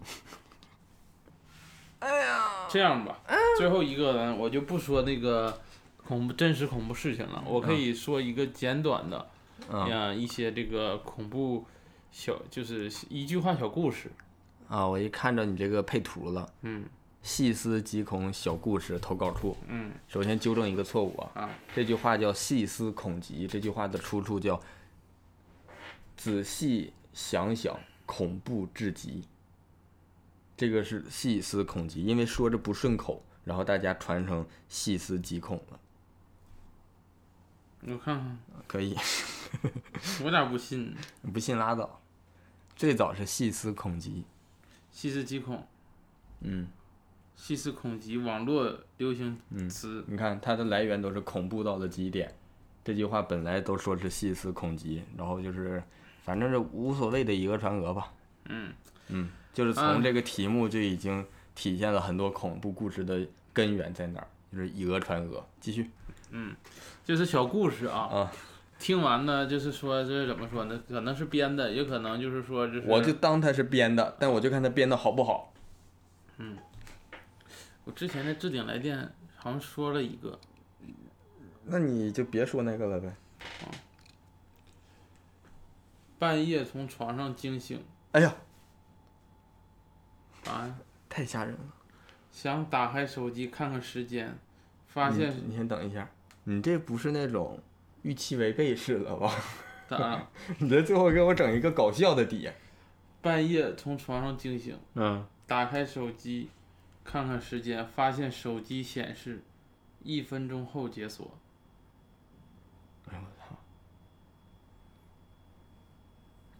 [SPEAKER 1] 这样吧，最后一个呢，我就不说那个恐怖真实恐怖事情了，我可以说一个简短的，
[SPEAKER 2] 嗯
[SPEAKER 1] 呀，一些这个恐怖小，就是一句话小故事。
[SPEAKER 2] 啊，我一看着你这个配图了，
[SPEAKER 1] 嗯
[SPEAKER 2] 细思极恐小故事投稿处。
[SPEAKER 1] 嗯
[SPEAKER 2] 首先纠正一个错误啊，
[SPEAKER 1] 啊，
[SPEAKER 2] 这句话叫细思恐极，这句话的出处叫仔细想想，恐怖至极。这个是细思恐极，因为说着不顺口，然后大家传成细思极恐了。
[SPEAKER 1] 我看看，
[SPEAKER 2] 可以，
[SPEAKER 1] 我咋不信？
[SPEAKER 2] 不信拉倒。最早是细思恐极，
[SPEAKER 1] 细思极恐，
[SPEAKER 2] 嗯。
[SPEAKER 1] 细思恐极，网络流行词。
[SPEAKER 2] 你看它的来源都是恐怖到了极点，这句话本来都说是细思恐极，然后就是反正是无所谓的以讹传讹吧。
[SPEAKER 1] 嗯
[SPEAKER 2] 嗯，就是
[SPEAKER 1] 嗯
[SPEAKER 2] 从这个题目就已经体现了很多恐怖故事的根源在哪儿，就是以讹传讹。继续
[SPEAKER 1] 就是小故事啊，
[SPEAKER 2] 啊，
[SPEAKER 1] 听完呢，就是说这怎么说呢？可能是编的，也可能就是说就是
[SPEAKER 2] 我就当它是编的，但我就看它编的好不好。
[SPEAKER 1] 我之前在置顶来电好像说了一个，
[SPEAKER 2] 那你就别说那个了呗。
[SPEAKER 1] 半夜从床上惊醒，
[SPEAKER 2] 哎呀，
[SPEAKER 1] 啊，
[SPEAKER 2] 太吓人了！
[SPEAKER 1] 想打开手机看看时间，发
[SPEAKER 2] 你
[SPEAKER 1] 现
[SPEAKER 2] 你先等一下，你这不是那种预期违背式了吧？
[SPEAKER 1] 答案，
[SPEAKER 2] 你这最后给我整一个搞笑的底。
[SPEAKER 1] 半夜从床上惊醒，
[SPEAKER 2] 嗯，
[SPEAKER 1] 打开手机，看看时间，发现手机显示一分钟后解锁。
[SPEAKER 2] 哎呦我操，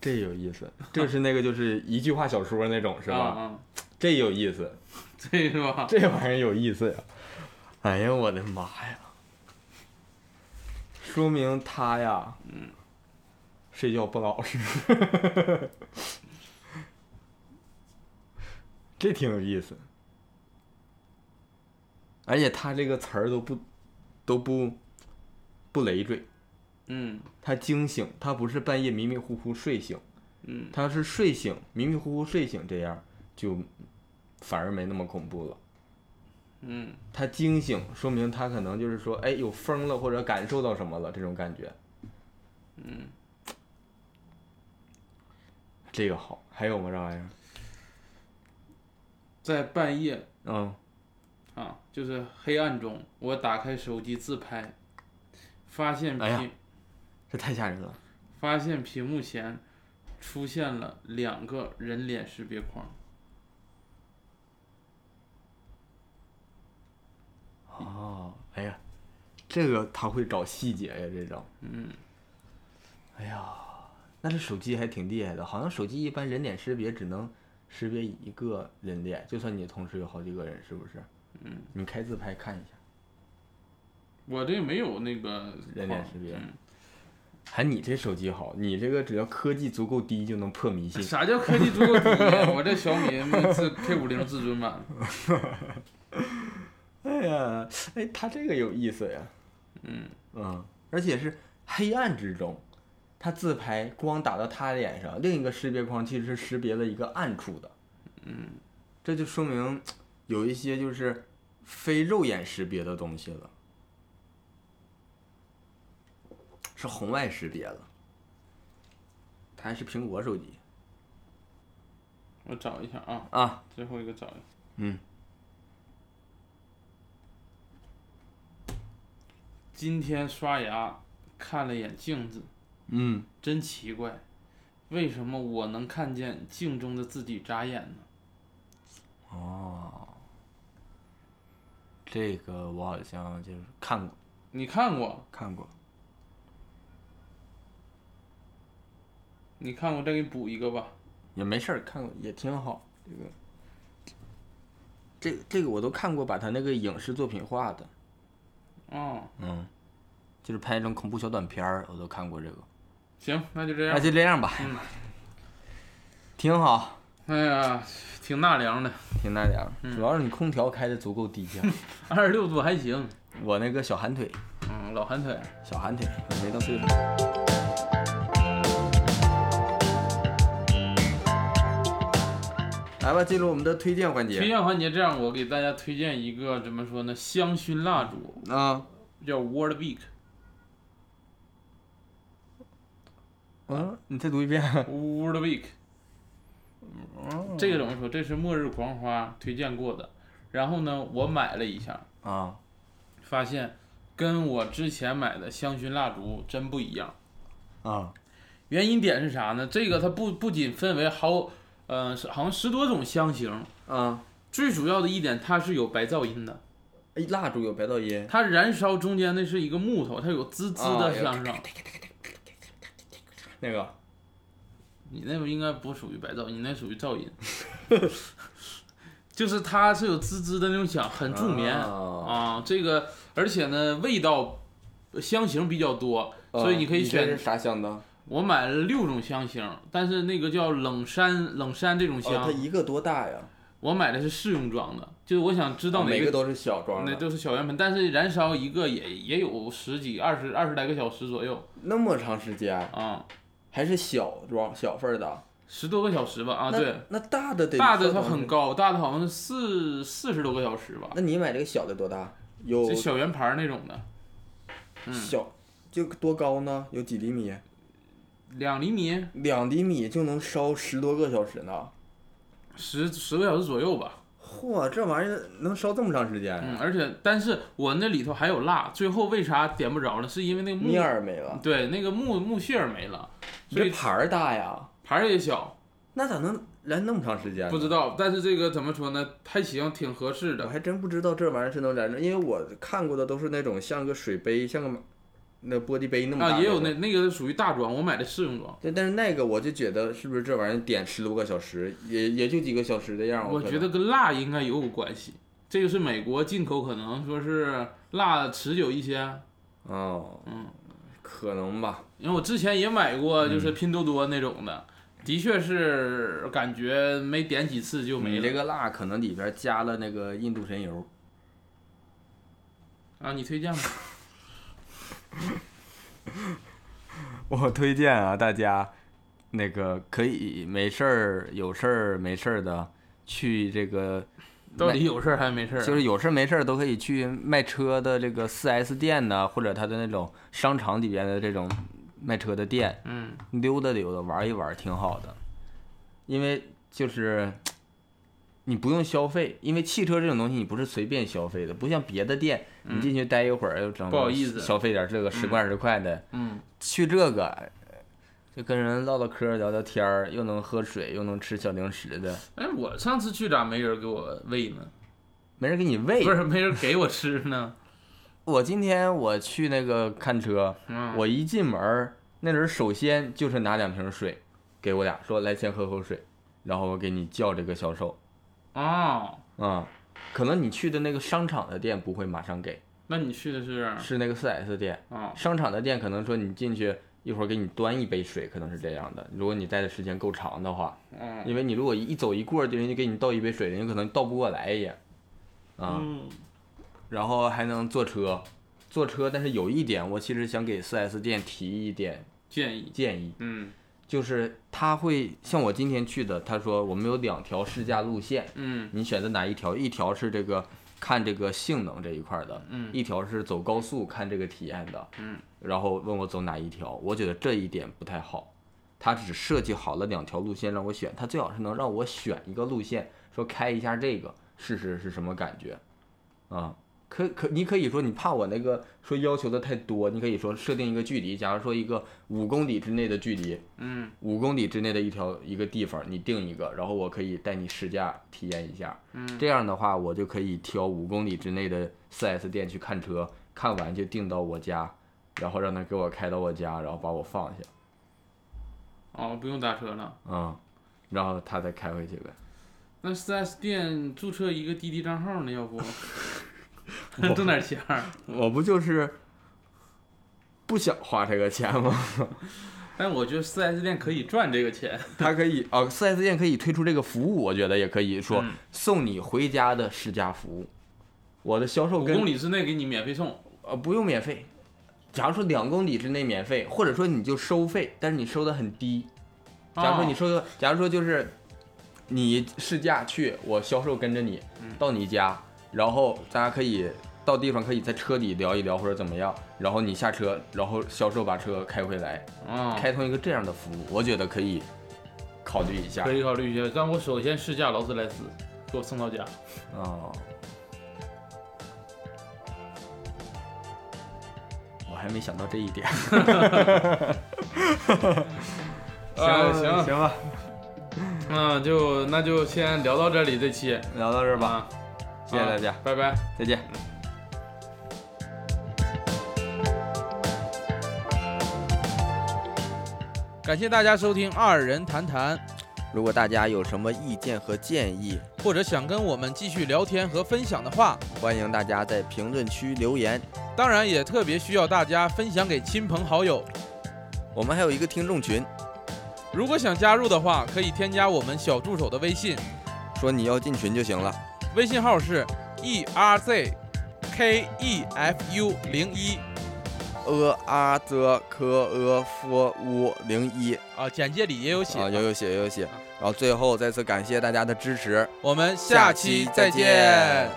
[SPEAKER 2] 这有意思，这是那个就是一句话小说那种是 吧？
[SPEAKER 1] 嗯嗯，
[SPEAKER 2] 这有意思，
[SPEAKER 1] 这是吧？
[SPEAKER 2] 这玩意儿有意思呀！哎呀，我的妈呀！说明他呀，嗯，睡觉不老实，这挺有意思。而且他这个词儿都不都不不累赘，
[SPEAKER 1] 嗯
[SPEAKER 2] 他惊醒，他不是半夜迷迷糊糊睡醒，
[SPEAKER 1] 嗯，
[SPEAKER 2] 他是睡醒，迷迷糊糊睡醒，这样就反而没那么恐怖了。
[SPEAKER 1] 嗯，
[SPEAKER 2] 他惊醒，说明他可能就是说，哎，有风了，或者感受到什么了，这种感觉。
[SPEAKER 1] 嗯，
[SPEAKER 2] 这个好，还有吗？这玩意儿？
[SPEAKER 1] 在半夜
[SPEAKER 2] 嗯，
[SPEAKER 1] 啊，就是黑暗中，我打开手机自拍，发现屏、
[SPEAKER 2] 哎呀这太吓人了。
[SPEAKER 1] 发现屏幕前出现了两个人脸识别框。
[SPEAKER 2] 哦，哎呀，这个他会找细节呀，这种。
[SPEAKER 1] 嗯。
[SPEAKER 2] 哎呀，那这手机还挺厉害的，好像手机一般人脸识别只能识别一个人脸，就算你同时有好几个人，是不是？
[SPEAKER 1] 嗯，
[SPEAKER 2] 你开自拍看一下。
[SPEAKER 1] 我这没有那个
[SPEAKER 2] 人脸识别
[SPEAKER 1] 嗯
[SPEAKER 2] 还你这手机好，你这个只要科技足够低就能破迷信。
[SPEAKER 1] 嗯啥叫科技足够低呀？我这小米自 K 五零至尊版，
[SPEAKER 2] 哎呀，哎，他这个有意思呀。
[SPEAKER 1] 嗯，
[SPEAKER 2] 嗯，而且是黑暗之中，他自拍光打到他脸上，另一个识别框其实是识别了一个暗处的。嗯，这就说明有一些就是非肉眼识别的东西了，是红外识别了。它还是苹果手机
[SPEAKER 1] 我找一下啊，
[SPEAKER 2] 啊，
[SPEAKER 1] 最后一个找一下。
[SPEAKER 2] 嗯，
[SPEAKER 1] 今天刷牙看了眼镜子，
[SPEAKER 2] 嗯，
[SPEAKER 1] 真奇怪，为什么我能看见镜中的自己眨眼呢？
[SPEAKER 2] 哦，这个我好像就是看过。
[SPEAKER 1] 你看过？
[SPEAKER 2] 看过，
[SPEAKER 1] 你看过？再给你补一个吧。
[SPEAKER 2] 也没事儿，看过也挺好。这个，这这个我都看过，把他那个影视作品化的，
[SPEAKER 1] 哦，
[SPEAKER 2] 嗯，就是拍那种恐怖小短片儿，我都看过这个。
[SPEAKER 1] 行，那就这
[SPEAKER 2] 那
[SPEAKER 1] 样。嗯
[SPEAKER 2] 就这样吧，挺好，
[SPEAKER 1] 哎呀，挺纳凉的，
[SPEAKER 2] 挺那点儿。
[SPEAKER 1] 嗯
[SPEAKER 2] 主要是你空调开的足够低呀，
[SPEAKER 1] 二十六度还行。
[SPEAKER 2] 我那个小寒腿，
[SPEAKER 1] 嗯，老寒腿。
[SPEAKER 2] 小寒腿没到岁数。来吧，进入我们的推荐环
[SPEAKER 1] 推
[SPEAKER 2] 节
[SPEAKER 1] 荐环节，这样我给大家推荐一个怎么说呢？香薰蜡烛，
[SPEAKER 2] 啊，
[SPEAKER 1] 叫 World Beak
[SPEAKER 2] 嗯，你再读一遍。
[SPEAKER 1] World Beak。这
[SPEAKER 2] 哦
[SPEAKER 1] 个怎么说？这是末日狂花推荐过的，然后呢，我买了一下，
[SPEAKER 2] 啊，
[SPEAKER 1] 发现跟我之前买的香薰蜡烛真不一样。
[SPEAKER 2] 啊，
[SPEAKER 1] 原因点是啥呢？这个它不不仅分为好，呃，是好像十多种香型，
[SPEAKER 2] 啊，
[SPEAKER 1] 最主要的一点它是有白噪音的，
[SPEAKER 2] 哎，蜡烛有白噪音，
[SPEAKER 1] 它燃烧中间那是一个木头，它有滋滋
[SPEAKER 2] 啊
[SPEAKER 1] 的
[SPEAKER 2] 有
[SPEAKER 1] 香声。
[SPEAKER 2] 那个
[SPEAKER 1] 你那个应该不属于白噪音，你那属于噪音。 就是它是有滋滋的那种响，很助眠啊
[SPEAKER 2] 啊
[SPEAKER 1] 这个而且呢，味道香型比较多，所以你可以选
[SPEAKER 2] 这是啥哦香的？哦，
[SPEAKER 1] 我买了六种香型，但是那个叫冷杉冷杉这种香，
[SPEAKER 2] 哦它一个多大呀？
[SPEAKER 1] 我买的是试用装的，就是我想知道
[SPEAKER 2] 哦
[SPEAKER 1] 哪
[SPEAKER 2] 每个都是小装
[SPEAKER 1] 那
[SPEAKER 2] 的，
[SPEAKER 1] 都是小样本，但是燃烧一个也也有十几、二十、二十来个小时左右
[SPEAKER 2] 那么长时间，
[SPEAKER 1] 啊，
[SPEAKER 2] 还是小装小份儿的
[SPEAKER 1] 十多个小时吧啊，
[SPEAKER 2] 那
[SPEAKER 1] 对，
[SPEAKER 2] 那大的得
[SPEAKER 1] 大的它
[SPEAKER 2] 多长时
[SPEAKER 1] 很
[SPEAKER 2] 间。
[SPEAKER 1] 高，大的好像是四四十多个小时吧，
[SPEAKER 2] 那你买这个小的多大？有
[SPEAKER 1] 就小圆盘儿那种的，嗯
[SPEAKER 2] 小就多高呢？有几厘米？
[SPEAKER 1] 两厘米，
[SPEAKER 2] 两厘米就能烧十多个小时呢。
[SPEAKER 1] 十十个小时左右吧，
[SPEAKER 2] 嚯，这玩意儿能烧这么长时间
[SPEAKER 1] 嗯，
[SPEAKER 2] 啊？
[SPEAKER 1] 而且但是我那里头还有蜡，最后为啥点不着呢？是因为那个木
[SPEAKER 2] 面儿没了，
[SPEAKER 1] 对那个木木屑儿没了，嗯
[SPEAKER 2] 你
[SPEAKER 1] 所
[SPEAKER 2] 这
[SPEAKER 1] 以
[SPEAKER 2] 盘儿大呀，
[SPEAKER 1] 盘儿也小，
[SPEAKER 2] 那咋能燃那么长时间呢？
[SPEAKER 1] 不知道，但是这个怎么说呢，还行，挺合适
[SPEAKER 2] 我
[SPEAKER 1] 的。啊
[SPEAKER 2] 还真不知道这玩意儿是能燃的，因为我看过的都是那种像个水杯，像个马那玻璃杯那么大、
[SPEAKER 1] 啊，也有
[SPEAKER 2] 那
[SPEAKER 1] 那
[SPEAKER 2] 种。
[SPEAKER 1] 那个属于大装，我买的试用装。
[SPEAKER 2] 对，但是那个我就觉得是不是这玩意儿点十多个小时，也也就几个小时的样儿。
[SPEAKER 1] 我
[SPEAKER 2] 哦可
[SPEAKER 1] 觉
[SPEAKER 2] 能
[SPEAKER 1] 得跟蜡应该有关系，这个是美国进口，可能说是蜡持久一些。
[SPEAKER 2] 哦，
[SPEAKER 1] 嗯，
[SPEAKER 2] 可能吧。
[SPEAKER 1] 因为我之前也买过，
[SPEAKER 2] 嗯
[SPEAKER 1] 就是拼多多那种的，的确是感觉没点几次就没
[SPEAKER 2] 你
[SPEAKER 1] 了。
[SPEAKER 2] 这个蜡可能里边加了那个印度神油。
[SPEAKER 1] 啊，你推荐吧。
[SPEAKER 2] 我推荐啊，大家那个可以没事儿、有事儿、没事儿的去这个
[SPEAKER 1] 到底有事儿还是没事儿啊？
[SPEAKER 2] 就是有事没事儿都可以去卖车的这个 4S 店呐，或者他的那种商场里边的这种卖车的店
[SPEAKER 1] 嗯，
[SPEAKER 2] 溜达溜达玩一玩，挺好的。因为就是你不用消费，因为汽车这种东西你不是随便消费的，不像别的店你进去待一会儿又整
[SPEAKER 1] 嗯不好意思
[SPEAKER 2] 消费点这个十块二十块的，
[SPEAKER 1] 嗯，
[SPEAKER 2] 去这个呃就跟人唠唠嗑儿聊聊天儿，又能喝水又能吃小零食的，
[SPEAKER 1] 哎，我上次去咋没人给我喂呢？
[SPEAKER 2] 没人给你喂
[SPEAKER 1] 不。是没人给我吃呢？
[SPEAKER 2] 我今天我去那个看车，
[SPEAKER 1] 嗯，
[SPEAKER 2] 我一进门儿，那人首先就是拿两瓶水给我俩，说来先喝口水，然后我给你叫这个销售
[SPEAKER 1] 哦，
[SPEAKER 2] 啊、可能你去的那个商场的店不会马上给，
[SPEAKER 1] 那你去的是
[SPEAKER 2] 是那个 4S 店，
[SPEAKER 1] 啊？
[SPEAKER 2] 商场的店可能说你进去一会儿给你端一杯水，可能是这样的。如果你待的时间够长的话，
[SPEAKER 1] 嗯
[SPEAKER 2] 因为你如果一走一过，人家给你倒一杯水，人家可能倒不过来也，啊、
[SPEAKER 1] 嗯，
[SPEAKER 2] 然后还能坐车，坐车，但是有一点，我其实想给 4S 店提一点
[SPEAKER 1] 建议，
[SPEAKER 2] 建议，
[SPEAKER 1] 嗯
[SPEAKER 2] 就是他会像我今天去的，他说我们有两条试驾路线，
[SPEAKER 1] 嗯
[SPEAKER 2] 你选择哪一条？一条是这个看这个性能这一块的，
[SPEAKER 1] 嗯
[SPEAKER 2] 一条是走高速看这个体验的，
[SPEAKER 1] 嗯，
[SPEAKER 2] 然后问我走哪一条，我觉得这一点不太好。他只设计好了两条路线让我选，他最好是能让我选一个路线，说开一下这个试试是什么感觉，啊、可可你可以说你怕我那个说要求的太多，你可以说设定一个距离，假如说一个五公里之内的距离，
[SPEAKER 1] 嗯
[SPEAKER 2] 五公里之内的一条一个地方，你定一个，然后我可以带你试驾体验一下。
[SPEAKER 1] 嗯，
[SPEAKER 2] 这样的话，我就可以挑五公里之内的 4S 店去看车，看完就定到我家，然后让他给我开到我家，然后把我放下，
[SPEAKER 1] 哦，不用打车了。
[SPEAKER 2] 嗯，然后他再开回去呗。
[SPEAKER 1] 那 4S 店注册一个滴滴账号呢，要不 挣点钱儿？
[SPEAKER 2] 我不就是不想花这个钱吗？
[SPEAKER 1] 但我觉得 4S 店可以赚这个钱。
[SPEAKER 2] 他可以啊4 S 店可以推出这个服务，我觉得也可以说、
[SPEAKER 1] 嗯
[SPEAKER 2] 送你回家的试驾服务。我的销售
[SPEAKER 1] 五
[SPEAKER 2] 跟
[SPEAKER 1] 公里之内给你免费送，
[SPEAKER 2] 呃，不用免费。假如说两公里之内免费，或者说你就收费，但是你收的很低。假如说你
[SPEAKER 1] 哦
[SPEAKER 2] 收的，假如说就是你试驾去，我销售跟着你
[SPEAKER 1] 嗯
[SPEAKER 2] 到你家，然后大家可以到地方可以在车里聊一聊或者怎么样，然后你下车，然后销售把车开回来，
[SPEAKER 1] 哦
[SPEAKER 2] 开通一个这样的服务，我觉得可以考虑一下
[SPEAKER 1] 可。以考虑一下。但我首先试驾劳斯莱斯，给我送到家。
[SPEAKER 2] 哦，我还没想到这一点。
[SPEAKER 1] 行
[SPEAKER 2] 啊
[SPEAKER 1] 行
[SPEAKER 2] 行吧，
[SPEAKER 1] 那就那就先聊到这里，这期
[SPEAKER 2] 聊到这儿吧，
[SPEAKER 1] 啊，
[SPEAKER 2] 谢谢大家
[SPEAKER 1] 啊，拜拜。
[SPEAKER 2] 再见。
[SPEAKER 4] 感谢大家收听《二人谈谈》，
[SPEAKER 2] 如果大家有什么意见和建议，
[SPEAKER 4] 或者想跟我们继续聊天和分享的话，
[SPEAKER 2] 欢迎大家在评论区留言。
[SPEAKER 4] 当然也特别需要大家分享给亲朋好友。
[SPEAKER 2] 我们还有一个听众群，
[SPEAKER 4] 如果想加入的话，可以添加我们小助手的微信，
[SPEAKER 2] 说你要进群就行了。
[SPEAKER 4] 微信号是 e r z k e f u 零一
[SPEAKER 2] a r z k e f u 零一
[SPEAKER 4] 啊，简介里也有写。
[SPEAKER 2] 啊，有有写有有写。
[SPEAKER 1] 嗯
[SPEAKER 2] 然后最后再次感谢大家的支持，
[SPEAKER 4] 我们下期再见。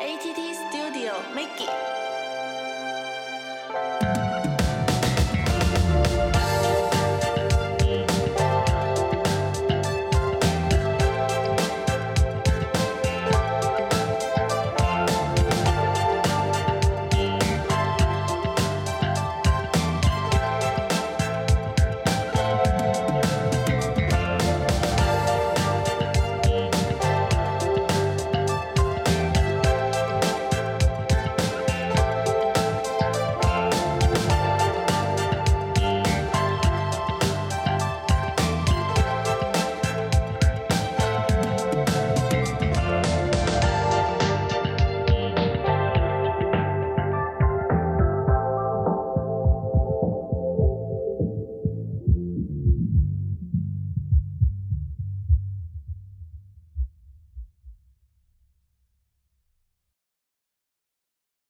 [SPEAKER 5] ATT Studio Mickey。